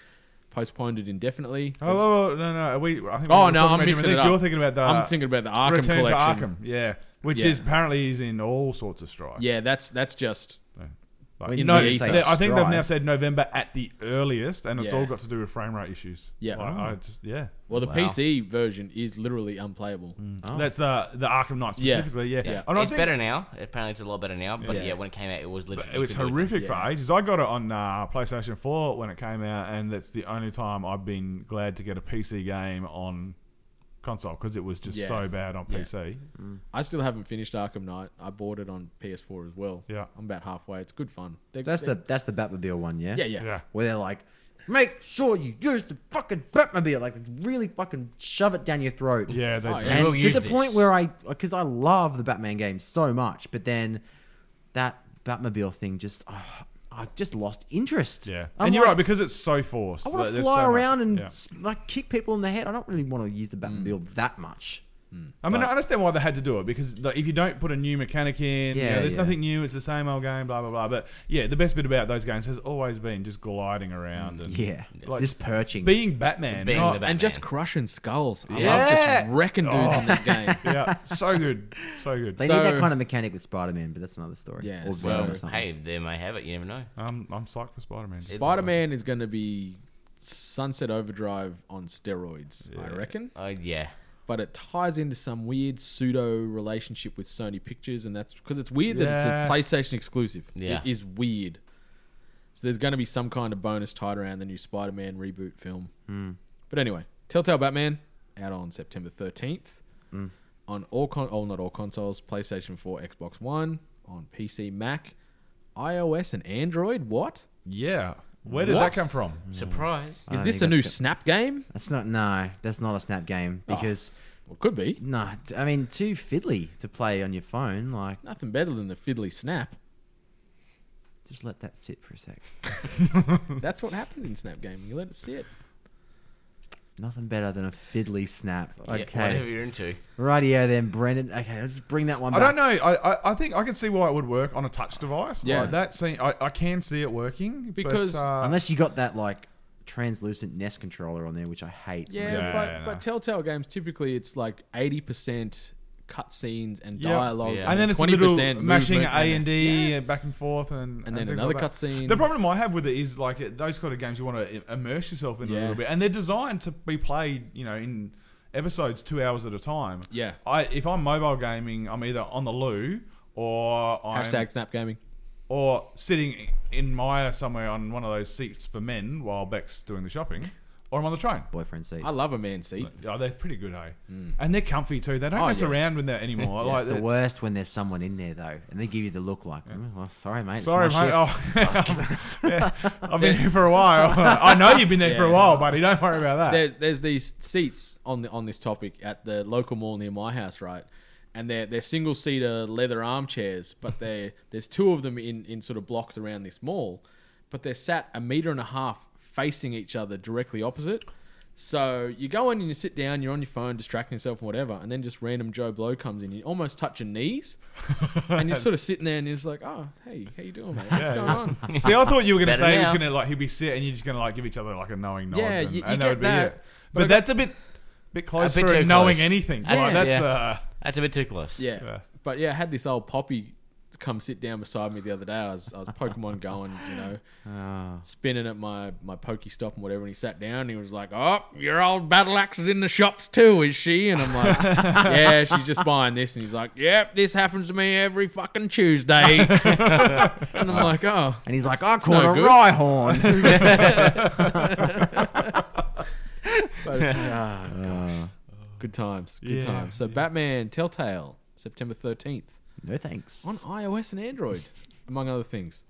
postponed it indefinitely. Oh, whoa, whoa, no, no. Are we, I think we Oh, were talking no, I'm about mixing different it things. You're up. thinking about the. I'm thinking about the Arkham Return to collection. Arkham. Yeah, which Yeah. is apparently is in all sorts of strife. Yeah, that's that's just. Like, in no, the they- ether. I think they've now said November at the earliest, and it's Yeah. all got to do with frame rate issues. Yeah. Oh. Like, I just yeah. Well, the PC version is literally unplayable. Hmm. That's the the Arkham Knight Oh. Yeah. specifically. Yeah, Yeah. And I it's think- better now. Apparently, it's a lot better now. But Yeah. yeah, when it came out, it was literally It was you couldn't do horrific anything. for ages. I got it on uh, PlayStation 4 when it came out, and that's the only time I've been glad to get a PC game on console because it was just Yeah. so bad on Yeah. Mm. PC. I still haven't finished Arkham Knight. I bought it on PS4 as well. Yeah, I'm about halfway. It's good fun. They- that's they- the that's the Batmobile one, yeah. Yeah, yeah. Yeah. Where they're like, make sure you use the fucking Batmobile, like really fucking shove it down your throat. Yeah, they Oh, do. yeah. and We'll to use the this. point where I, because I love the Batman game so much, but then that Batmobile thing just, ah, I just lost interest. Yeah, and you're right because it's so forced. I want Like, to there's fly so much- around and yeah. s like kick people in the head. I don't really want to use the Batmobile Mm. that much. I mean, But- I understand why they had to do it because like, if you don't put a new mechanic in, you know, Yeah, there's yeah. nothing new. It's the same old game, blah blah blah. But yeah, the best bit about those games has always been just gliding around and Yeah. Just perching, being Batman, Being not- the And just crushing skulls. I Yeah. love just wrecking dudes in that Oh. game. yeah, so good, so good. They need that kind of mechanic with Spider-Man, but that's another story. Yeah, Or so- Venom or Hey, something. Hey, they may have it. You never know. I'm um, I'm psyched for Spider Man. Spider Man is going to be Sunset Overdrive on steroids, I reckon. Uh, yeah. but it ties into some weird pseudo relationship with Sony Pictures, and that's because it's weird Yeah. that it's a PlayStation exclusive. Yeah. It is weird. So there's going to be some kind of bonus tied around the new Spider Man reboot film. Hmm. But anyway, Telltale Batman out on September 13th Mm. on all con- oh not all consoles, PlayStation 4, Xbox One, on PC, Mac, iOS, and Android. What? Yeah. Where did that come from? Mm. Surprise. I Is don't this a think new that's Snap game? That's not. No, that's not a snap game Oh. because. well, could be. No, t- I mean too fiddly to play on your phone. Like nothing better than the fiddly snap. Just let that sit for a sec. That's what happens in Snap Gaming. You let it sit. Nothing better than a fiddly snap. Yeah, Okay. whatever you're into. Rightio then, Brendan. Okay, let's bring that one I back. don't know. I, I, I think I can see why it would work on a touch device. Yeah. Like that scene, I, I can see it working. but, uh, unless you got that like translucent NES controller on there, which I hate. Yeah, but, but Telltale games typically it's like eighty percent cutscenes and Yep. dialogue, and then it's a twenty little percent mashing A and D and back and forth, and And then things another like that. cutscene. The problem I have with it is like it, those kind of games you want to i- immerse yourself in a Yeah. little bit, and they're designed to be played, you know, in episodes two hours at a time. Yeah. I if I'm mobile gaming, I'm either on the loo or I'm, Hashtag Snap Gaming. or sitting in Maya somewhere on one of those seats for men while Beck's doing the shopping, or I'm on the train. Boyfriend seat. I love a man seat. Oh, they're pretty good, hey. And they're comfy too. They don't Hmm. Oh, mess yeah. around with that anymore. Yeah, like it's the worst when there's someone in there though, and they give you the look like, "Mm, "Well, sorry, mate. Sorry, it's my mate. shift." Oh, yeah. I've been here for a while. I know you've been there for a Yeah. while, buddy. Don't worry about that. There's there's these seats on the on this topic at the local mall near my house, right? And they're they're single seater leather armchairs, but they there's two of them in in sort of blocks around this mall, but they're sat a meter and a half facing each other, directly opposite. So you go in and you sit down, you're on your phone, distracting yourself and whatever, and then just random Joe Blow comes in, you almost touch your knees, and you're sort of sitting there and you're just like, oh, hey, how you doing, mate? What's Yeah. going on? See, I thought you were going to Better say he was now. going to like he'd be sit and you're just going to like give each other like a knowing nod. Yeah, and, you- you and get would that, Be it. but But, I- that's a bit, bit close bit for too knowing close. anything. Yeah. Like, that's Yeah. uh, That's a bit too close. Yeah. But yeah, I had this old poppy come sit down beside me the other day. I was, I was Pokemon going, you know, Ah. spinning at my, my Pokestop and whatever. And he sat down and he was like, Oh, your old battle axe is in the shops too, is she? And I'm like, Yeah, she's just buying this. And he's like, Yep, this happens to me every fucking Tuesday. and I'm like, Oh. And he's like, "I that's caught no a good." rye horn. But it's- ah, gosh. Good times. Good Yeah, times. So, Batman Telltale, September 13th. No thanks. On iOS and Android, among other things.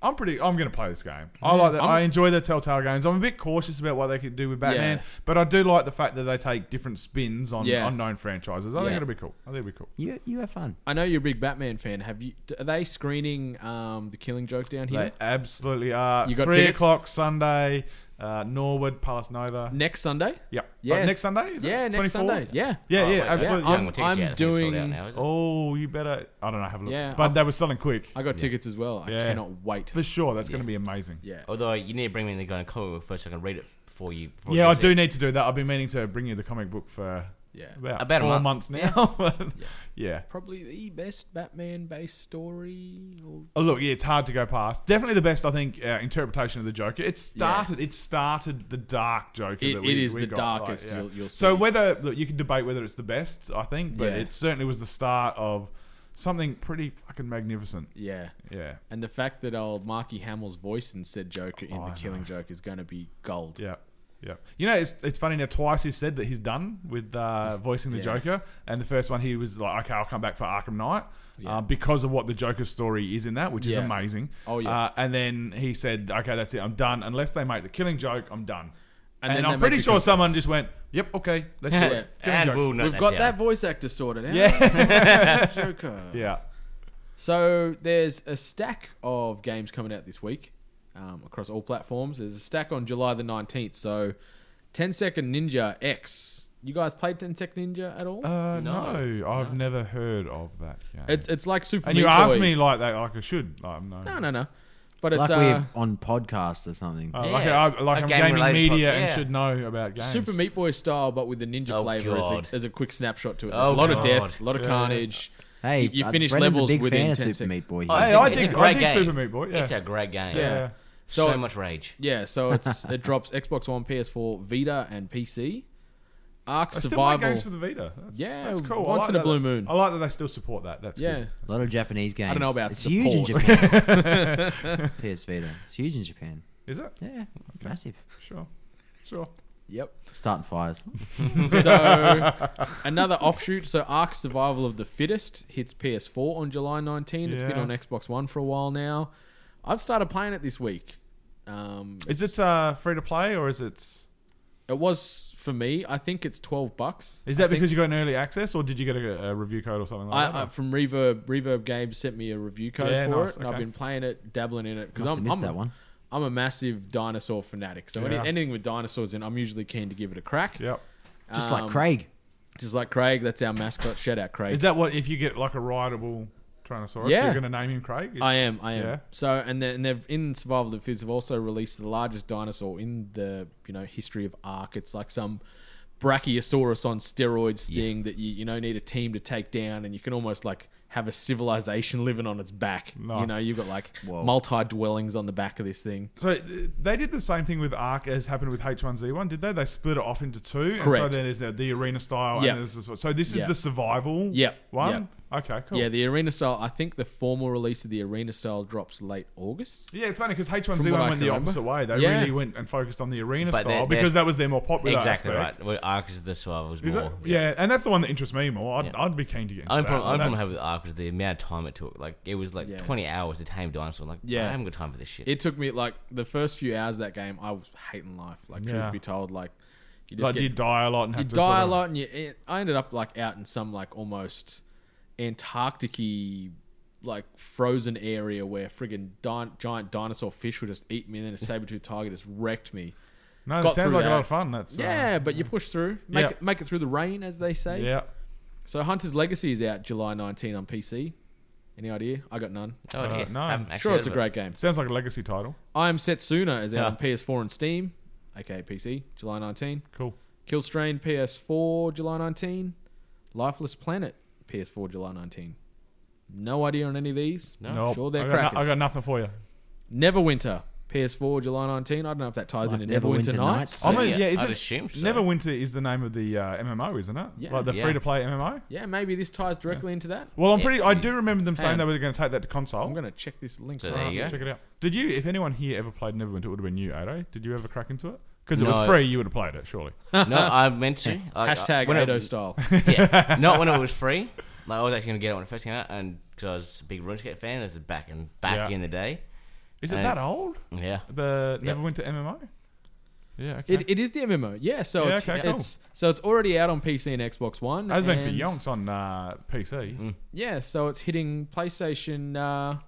I'm pretty. I'm going to play this game. I like that. Mm-hmm. I'm- i enjoy the Telltale games. I'm a bit cautious about what they could do with Batman, Yeah. but I do like the fact that they take different spins on Yeah. unknown franchises. I Yeah. think it'll be cool. I think it'll be cool. You you have fun. I know you're a big Batman fan. Have you? d- Are they screening um, the Killing Joke down here? They absolutely are. You got three tickets? o'clock Sunday, uh, Norwood Palace Nova. Next Sunday? Yep. Yes. Uh, next Sunday? Is it? Yeah, 24th? next Sunday. Yeah. Yeah, Oh, yeah, wait, absolutely. yeah, I'm- Young tickets, I'm yeah, I think it's sold out doing- now, is it? Oh, you better. I don't know. Have a look. Yeah, but I've- they were selling quick. I got tickets as well. I cannot wait. For sure, that's going to be amazing. Yeah. Although you need to bring me the kind of comic book first, so I can read it before you. Before yeah, you I see do it. need to do that. I've been meaning to bring you the comic book for Yeah. about, About a four months month. now. Yeah. Probably the best Batman-based story. Or... Oh, look, yeah, it's hard to go past. Definitely the best, I think, uh, interpretation of the Joker. It started. It started the dark Joker. It- that we, it is we the got, darkest like, yeah. you'll- you'll So see. whether look, you can debate whether it's the best, I think, but Yeah. it certainly was the start of something pretty fucking magnificent. Yeah. Yeah. And the fact that old Marky Hamill's voice and said Joker in the Killing Joke is going to be gold. Oh, Yeah. Yeah. You know, it's, it's funny now. Twice he's said that he's done with uh, voicing the Yeah. Joker, and the first one he was like, "Okay, I'll come back for Arkham Knight," uh, because of what the Joker story is in that, which is Yeah. amazing. Oh, yeah. Uh, and then he said, "Okay, that's it. I'm done. Unless they make the Killing Joke, I'm done." And And, then they I'm pretty make the sure Killing someone just went, "Yep, okay, let's do it." Killing Joke. We've got that voice actor sorted out. Yeah. Joker. Yeah. So there's a stack of games coming out this week um, across all platforms. There's a stack on July the 19th. So 10 Second Ninja X. You guys played 10 Second Ninja at all? Uh, no, I've never heard of that. Game. It's- it's like Super And you Meat asked Boy. me like that, like I should. Like, no. No, no, no. But it's like uh, we're on podcast or something. Oh, like Yeah. I- like A I'm game gaming related media pod- and yeah. should know about games. Super Meat Boy style, but with the ninja flavor Oh, God. as a, as a quick snapshot to it. There's Oh, a lot of God. death, a lot of Yeah, yeah. carnage. Hey, you, you uh, finish Brendan's a levels big fan within 10 of Super sec- Meat Boy. Oh, Hey, it's a- I it's a dig- I great dig game. Super Meat Boy, yeah. It's a great game. Yeah. So, much rage. Yeah, so it's it drops Xbox One, PS4, Vita, and PC. Ark I still Survival. like games for the Vita. That's, yeah, that's cool. I Once like in a that- blue moon. I like that they still support that. That's Yeah. good. A lot of Japanese games. I don't know about it's support. huge in Japan. PS Vita. It's huge in Japan. Is it? Yeah, massive. Sure. Sure. Yep. Starting fires. so another offshoot. So Ark Survival of the Fittest hits PS4 on July 19. It's been Yeah. on Xbox One for a while now. I've started playing it this week. Um, Is it uh, free to play or is it? It was for me. I think it's 12 bucks. Is that I think- because you got an early access or did you get a, a review code or something like that? I, I, from Reverb, Reverb Games sent me a review code Yeah, for nice, it, and I've okay. been playing it, dabbling in it. Must I'm, have missed I'm that one. A, I'm a massive dinosaur fanatic, so any, Yeah. anything with dinosaurs in, I'm usually keen to give it a crack. Yep. Just Um, like Craig. Just like Craig, that's our mascot. Shout out Craig. Is that what if you get like a rideable Tyrannosaurus? Yeah. You're going to name him Craig? Is- I am. I am. Yeah. So, and then and they've in Survival of the Fittest have also released the largest dinosaur in the you know history of Ark. It's like some Brachiosaurus on steroids thing that you you know need a team to take down, and you can almost like have a civilization living on its back. You Nice. know, you've got like multi dwellings on the back of this thing. So uh, they did the same thing with Ark as happened with H1Z1, did they? They split it off into two. And so Correct. then there's the, the arena style. Yep. And there's this, so this is Yep. the survival Yep. one? Okay, cool. Yeah, the arena style. I think the formal release of the arena style drops late August. Yeah, it's funny because From H1Z1 what I went can the remember. opposite way. They Yeah. really went and focused on the arena But they're- style they're- because that was their more popular. Exactly aspect. right. Well, Ark is the survival is Is more. it? Yeah. and that's the one that interests me more. I'd, Yeah. I'd be keen to get into I'm that. problem, but I'm problem that's- have with Ark is the amount of time it took. Like it was like Yeah. 20 hours to tame dinosaur. Like Yeah. I haven't got time for this shit. It took me like the first few hours of that game. I was hating life. Like Yeah. truth be told, like you Like, you die a lot and you have to die sort a of- lot, and you. I ended up like out in some like almost Antarctic-y, like frozen area where friggin' di- giant dinosaur fish would just eat me, and then a saber-toothed tiger just wrecked me. No, that Got sounds through like a that. lot of fun. That's uh, yeah, but you push through, make Yeah. it, make it through the rain, as they say. yeah. So Hunter's Legacy is out July 19 on PC. Any idea? I got none. oh, Uh, yeah. no. Haven't actually Sure, heard it's a of it. great game. Sounds like a legacy title. I am Setsuna is out Yeah. on PS4 and Steam, aka PC, July 19. Cool. Killstrain PS4 July 19. Lifeless Planet PS4 July 19. No idea on any of these. No, Nope. sure they're I got, crackers. no- I got nothing for you. Neverwinter PS4 July 19. I don't know if that ties Like into Neverwinter, Neverwinter Nights. Nights. I'm a- Yeah, yeah, is I'd it assume so. Neverwinter is the name of the uh, MMO, isn't it? Yeah. like the Yeah. free to play MMO. Yeah, maybe this ties directly into that. Well, I'm pretty. I do remember them saying on. they were going to take that to console. I'm going to check this link. So right there you now. go. Check it out. Did you? If anyone here ever played Neverwinter, it would have been you, Ado. Did you ever crack into it? Because it No. was free, you would have played it, surely. no, I meant to. Like, I- Hashtag when it- Ado style. yeah, not when it was free. Like I was actually gonna get it when it first came out, and because I was a big RuneScape fan, this is back in back Yeah. in the day. Is it Uh, that old? Yeah, The Yep. Neverwinter MMO. Yeah. Okay. It, it is the MMO, yeah. So Yeah, it's, okay, cool. it's so it's already out on PC and Xbox One. Has been for and- yonks on uh, PC. Yeah, so it's hitting PlayStation. Uh,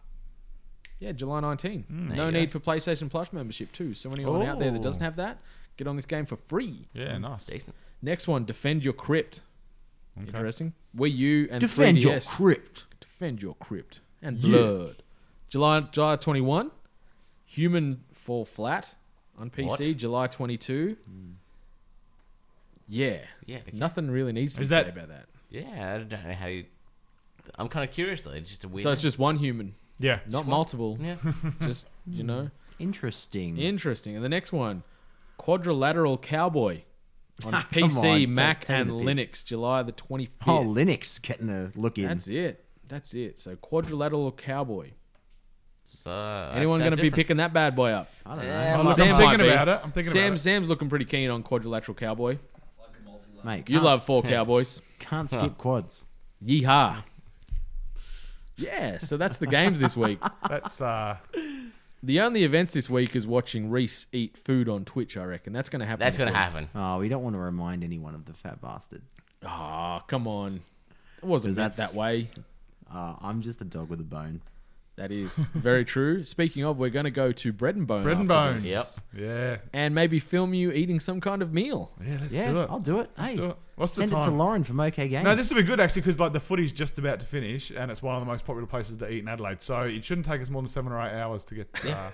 yeah, July 19. no you need for PlayStation Plus membership too. So anyone out there that Oh. doesn't have that, get on this game for free. Yeah, nice. decent. Next one, defend your crypt. Interesting. Wii U and Defend 3DS. your crypt. defend your crypt and blood. July July 21. Human Fall Flat on PC. What? July 22. Yeah. Yeah, okay. Nothing really needs to be Is said that- about that. Yeah, I don't know how you. I'm kind of curious though. It's just a weird. So it's just one human, Yeah. not multiple. yeah. Just you know. Interesting. Interesting. And the next one, Quadrilateral Cowboy on Come on, PC, take- Mac, take and the piss. Linux, July the 25th. Oh, Linux getting a look in. That's it. That's it. So Quadrilateral Cowboy. so, that Anyone going sounds to be different. picking that bad boy up? I don't Yeah, know. I'm, Sam might thinking be. about it. I'm thinking Sam, about it. Sam's looking pretty keen on Quadrilateral Cowboy. Mate, You can't- love four cowboys. Can't skip quads. Yeehaw. Yeah, so that's the games this week. That's uh, The only events this week is watching Reese eat food on Twitch, I reckon. That's going to happen. That's going to happen. Oh, we don't want to remind anyone of the fat bastard. Oh, come on. It wasn't Because meant that that's- way. Uh, I'm just a dog with a bone. That is very true. Speaking of, we're going to go to Bread and Bone. bread and after bones. this. Yep. Yeah. And maybe film you eating some kind of meal. Yeah. Let's yeah, do it. I'll do it. Let's hey, do it. What's the send it to time? Lauren from OK Games. No, this will be good actually because like the footy's just about to finish, and it's one of the most popular places to eat in Adelaide. So it shouldn't take us more than seven or eight hours to get uh,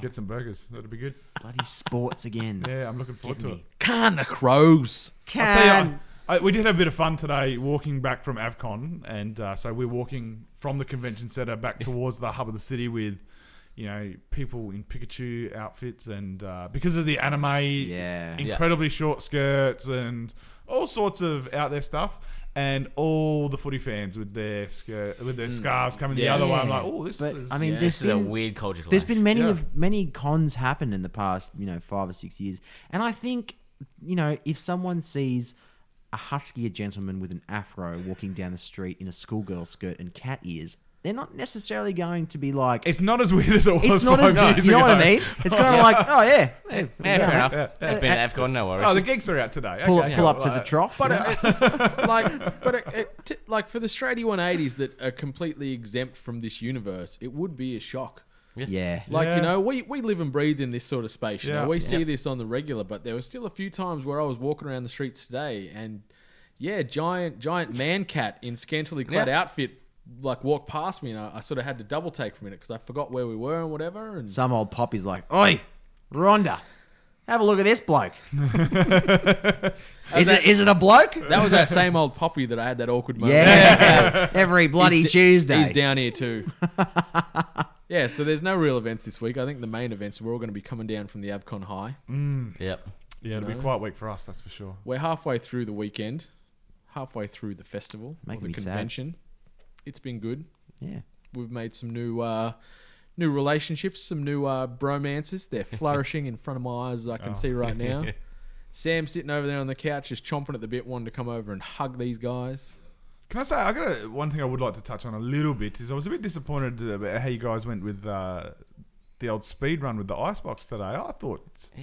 get some burgers. That'd be good. bloody sports again. Yeah, I'm looking forward to it. Can the crows. I'll tell you, I, I- we did have a bit of fun today walking back from Avcon, and uh, so we're walking from the convention centre back towards the hub of the city with you know, people in Pikachu outfits and uh, because of the anime, yeah, incredibly short skirts and all sorts of out there stuff. And all the footy fans with their skirt, with their scarves coming Mm. Yeah. the other way. I'm Yeah. like, oh, this But, is. I mean, there's been- There's been many of many cons happen in the past, you know, five or six years, and I think, you know, if someone sees a huskier gentleman with an afro walking down the street in a schoolgirl skirt and cat ears. They're not necessarily going to be like. It's not as weird as it was It's not five as years you know what I ago. mean. It's kind of Yeah. like, oh yeah, Yeah, Hey, fair yeah, enough. mate. Yeah. I've been to Afghan, no worries. Oh, the gigs are out today. Pull- okay, pull cool. up to the Uh, trough. But Yeah. it, like, but it, it, t- like for the straight E180s that are completely exempt from this universe, it would be a shock. Yeah. Like Yeah. you know, we, we live and breathe in this sort of space. You Yeah. know, we Yeah. see this on the regular. But there were still a few times where I was walking around the streets today, and yeah, giant giant man cat in scantily clad Yeah. outfit like walked past me, and I, I sort of had to double take for a minute because I forgot where we were and whatever. And Some old poppy's like, "Oi, Rhonda, have a look at this bloke. is it is it a bloke? That was that same old poppy that I had that awkward moment. Yeah. Every bloody He's Tuesday. He's down here too. yeah, so there's no real events this week. I think the main events we're all going to be coming down from the Avcon High. Mm. Yep. Yeah, it'll be No. quite weak for us, that's for sure. We're halfway through the weekend, halfway through the festival, or Making the me sad. convention. It's been good. Yeah. We've made some new uh, new relationships, some new uh, bromances. They're flourishing in front of my eyes, as I can Oh. see right now. Sam sitting over there on the couch, just chomping at the bit, wanting to come over and hug these guys. Can I say I got a, one thing I would like to touch on a little bit is I was a bit disappointed about how you guys went with uh, the old speed run with the icebox today. I thought, yeah,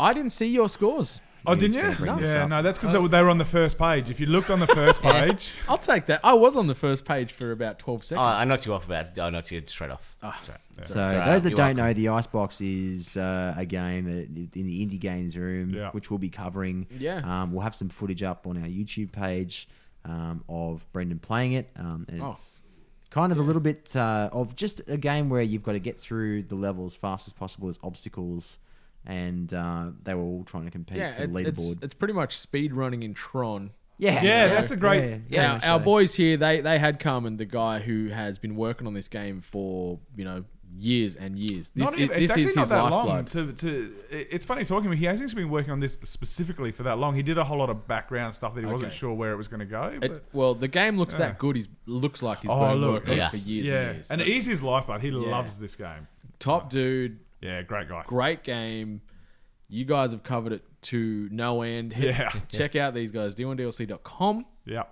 I didn't see your scores. Oh, He was didn't gonna you? bring this Yeah, up. no, that's because Oh. they were on the first page. If you looked on the first Yeah. page, I'll take that. I was on the first page for about 12 Oh, seconds. Ah, I knocked you off about. I knocked you straight off. Oh, Sorry. So Sorry, those that you're welcome. don't know, the Icebox is uh, a game that in the indie games room, Yeah. which we'll be covering. Yeah. um, we'll have some footage up on our YouTube page um, of Brendan playing it. Um, and Oh. It's kind of a little bit uh, of just a game where you've got to get through the level as fast as possible as obstacles, and uh, they were all trying to compete yeah, for the it- it's, leaderboard. it's pretty much speed running in Tron. Yeah. Yeah, that's a great- Yeah, very Yeah, much our, our so. boys here, they they had Carmen, the guy who has been working on this game for you know years and years. This Not is, even, it's this actually is not his that long. lifeblood. To, to, it- it's funny talking to him. He hasn't actually been working on this specifically for that long. He did a whole lot of background stuff that he wasn't Okay. sure where it was going to go. But It, well, the game looks Yeah. that good. He looks like he's oh, been look, working on it it's- for years yeah. and years. And it is his lifeblood. He Yeah. loves this game. Top dude. Yeah, great guy. Great game. You guys have covered it to no end. Yeah. Check out these guys. D1DLC.com. Yeah.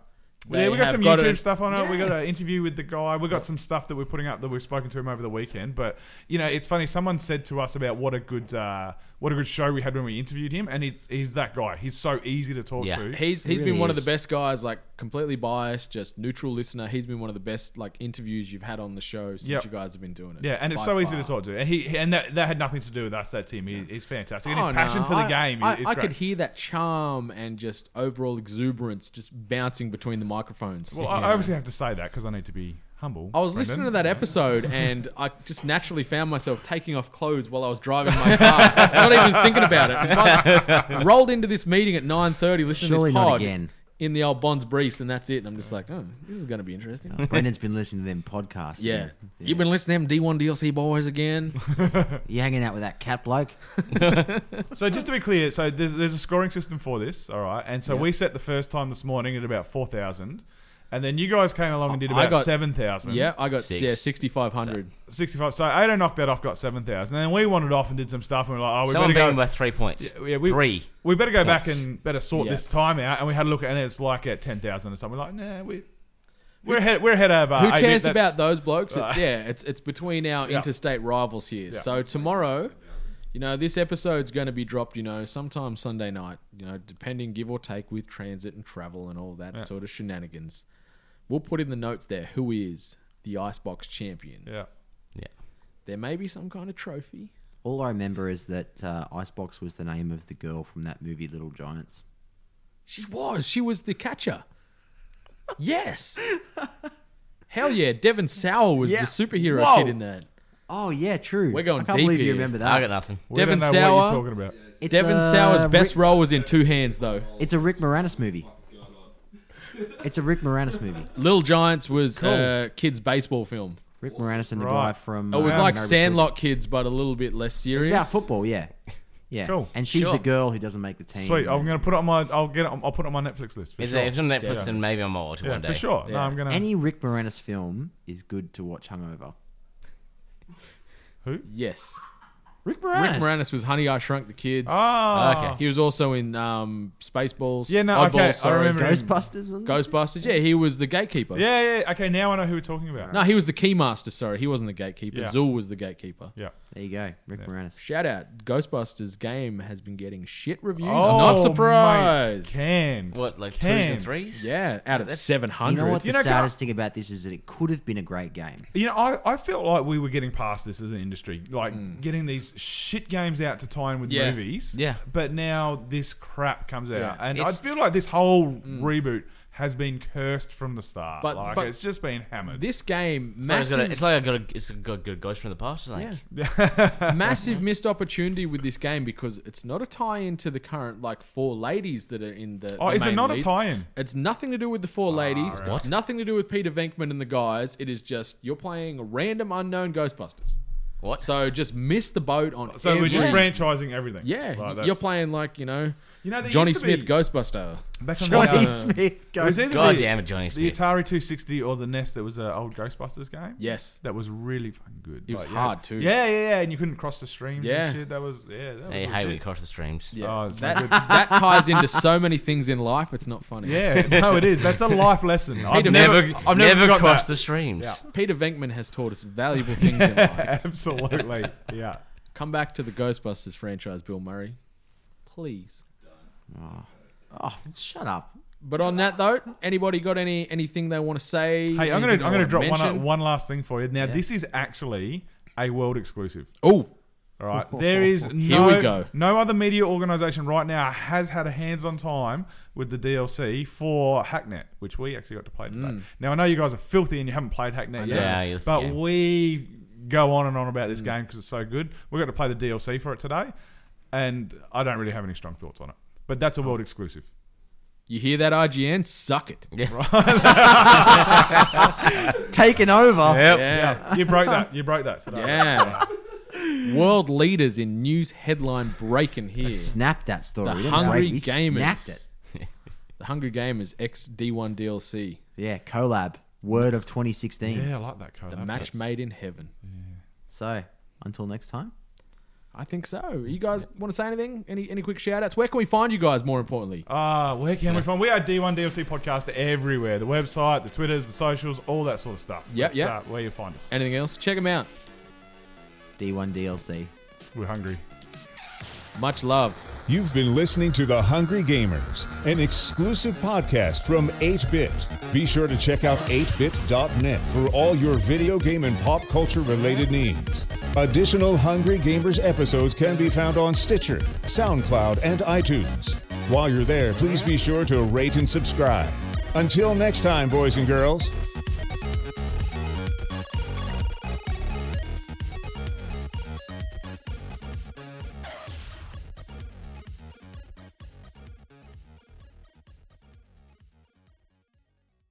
They yeah, we got have some got YouTube it- stuff on it. We got Yeah. an interview with the guy. We got some stuff that we're putting up that we've spoken to him over the weekend. But you know, it's funny. Someone said to us about what a good uh, what a good show we had when we interviewed him, and it's, he's that guy. He's so easy to talk to. He's he's been one of the best guys, like completely biased, just neutral listener. He's been one of the best like interviews you've had on the show since Yep. you guys have been doing it. Yeah, and it's By so easy far. to talk to. And he and that, that had nothing to do with us. That's him. He, He's fantastic, and Oh, his passion no, for the I- game I, is I great. could hear that charm and just overall exuberance just bouncing between the microphones. well, I I obviously have to say that because I need to be humble. I was listening to that episode and I just naturally found myself taking off clothes while I was driving my car, not even thinking about it. And I rolled into this meeting at nine thirty, listening Surely to this pod not again. in the old Bonds briefs, and that's it. And I'm just like, oh, this is going to be interesting. Uh, Brendan's been listening to them podcasts. yeah. again. you've been listening to them D1 DLC boys again. You hanging out with that cat bloke? so just to be clear, so there's, there's a scoring system for this, all right? And so Yeah. we set the first time this morning at about four thousand, and then you guys came along and did I about got- seven thousand. Yeah, I got yeah sixty five hundred. sixty-five. So Ada knocked that off, got seven thousand, and then we wanted off and did some stuff, and we are like, oh, we Someone better beat go me by three points. Yeah, yeah, we, Three We better go back points. and better sort Yeah. this time out, and we had a look at, it, and it's like at ten thousand or something. We're like, nah, we. We're ahead, we're ahead of. Uh, Who AB, cares that's- about those blokes? It's, Uh, yeah, it's it's between our Yeah. interstate rivals here. Yeah. So tomorrow, you know, this episode's going to be dropped. You know, sometime Sunday night. You know, depending give or take with transit and travel and all that Yeah. sort of shenanigans. We'll put in the notes there who is the Icebox champion. Yeah, yeah. There may be some kind of trophy. All I remember is that uh, Icebox was the name of the girl from that movie Little Giants. She was. She was the catcher. Yes. Hell yeah! Devon Sauer was Yeah. the superhero Whoa. kid in that. Oh yeah, true. We're going I can't deep believe you here. remember that. I got nothing. We Devon don't know Sauer. what you're talking about. It's, Devon uh, Sauer's best Rick- role was in two hands, though. It's a Rick Moranis movie. It's a Rick Moranis movie. Little Giants was Cool. a kids' baseball film. Rick Moranis and the Right. Oh, guy from It was uh, like Nobody Sandlot Kids, but a little bit less serious. It's about football, yeah. Yeah. Cool. And she's Sure. the girl who doesn't make the team. Sweet. I'm gonna put it on my. I'll get it. on- I'll put it on my Netflix list. For Is sure. it- if it's on Netflix, then maybe I might watch it yeah, one day. For sure. No, I'm gonna. Any Rick Moranis film is good to watch hungover. Who? Yes. Rick Moranis. Rick Moranis was Honey, I Shrunk the Kids. Ah. Okay. He was also in um, Spaceballs. Yeah, no, Oddballs, okay, I sorry. remember him. Ghostbusters, wasn't it? Ghostbusters, yeah, he was the gatekeeper. Yeah, yeah. Okay, now I know who we're talking about. No, he was the keymaster, sorry. He wasn't the gatekeeper. Yeah. Zool was the gatekeeper. Yeah. There you go. Rick Moranis. Shout out. Ghostbusters game has been getting shit reviews. Oh, Not mate, surprised. canned. What, like twos Canned. and threes? Yeah, out of That's- 700. You know what the You know, can I- saddest thing about this is that it could have been a great game. You know, I, I felt like we were getting past this as an industry, like getting these shit games out to tie in with Hmm. Yeah. movies. Yeah. But now this crap comes out, Yeah. Hmm. and It's- I feel like this whole reboot has been cursed from the start. But- like but- it's just been hammered. This game, It's like, it's, massive, got a, it's like I got a, it's got a good ghost from the past. Like, massive missed opportunity with this game because it's not a tie-in to the current like four ladies that are in the. Oh, the is it main not a leads. tie-in? Ah, It's nothing to do with the four ladies. right. It's nothing to do with Peter Venkman and the guys. It is just you're playing random unknown Ghostbusters. What? So just miss the boat on. so we're just every- franchising everything. Yeah, Like, y- you're that's- playing like you know, You know, there Johnny used to be- Smith Ghostbuster. Back on Johnny the, uh, Smith. it was either God the- damn it, Johnny The Smith. Atari 260 or the NES. There was an old Ghostbusters game. Yes. That was really fucking good. It was Like, hard, yeah. too. Yeah, yeah, yeah. And you couldn't cross the streams Yeah. and shit. That was yeah. That was hey, hey, we legit. cross the streams. Oh, it's not that, good. that ties into so many things in life. It's not funny. Yeah, no, it is. That's a life lesson. I've Peter, never, Never, I've never, never, forgotten cross that. the streams. Yeah. Peter Venkman has taught us valuable things in life. Absolutely, yeah. Come back to the Ghostbusters franchise, Bill Murray. Please. Oh, shut up. But on that though, anybody got any anything they want to say? Hey, I'm gonna, I'm Anything they gonna wanna drop mention? one, one last thing for you. Now, this is actually a world exclusive. Oh, All right, there is Here no, we go. no other media organisation right now has had a hands-on time with the DLC for Hacknet, which we actually got to play Mm. today. Now, I know you guys are filthy and you haven't played Hacknet yet, Yeah, you're but forgetting. we go on and on about Mm. this game because it's so good. We got to play the DLC for it today, and I don't really have any strong thoughts on it. But that's a world exclusive. you hear that, IGN? Suck it. Taken over. Yeah. You broke that. You broke that. So that- Yeah. World leaders in news headline breaking here. Snapped that story. The didn't Hungry we? We Gamers. Snapped it. The Hungry Gamers X D1 DLC. Yeah, collab. Word of 2016. Yeah, I like that code. The match made in heaven. So, until next time. I think so. You guys want to say anything? Any any quick shout outs? Where can we find you guys more importantly? Ah, where can we find? We are D1 DLC podcast everywhere. The website, the Twitters, the socials, all that sort of stuff. Yep, That's, yep. uh, where you find us. Anything else? Check them out. D1 DLC. We're hungry. Much love. You've been listening to The Hungry Gamers, an exclusive podcast from 8Bit. Be sure to check out 8Bit.net for all your video game and pop culture related needs. Additional Hungry Gamers episodes can be found on Stitcher, SoundCloud, and iTunes. While you're there, please be sure to rate and subscribe. Until next time, boys and girls,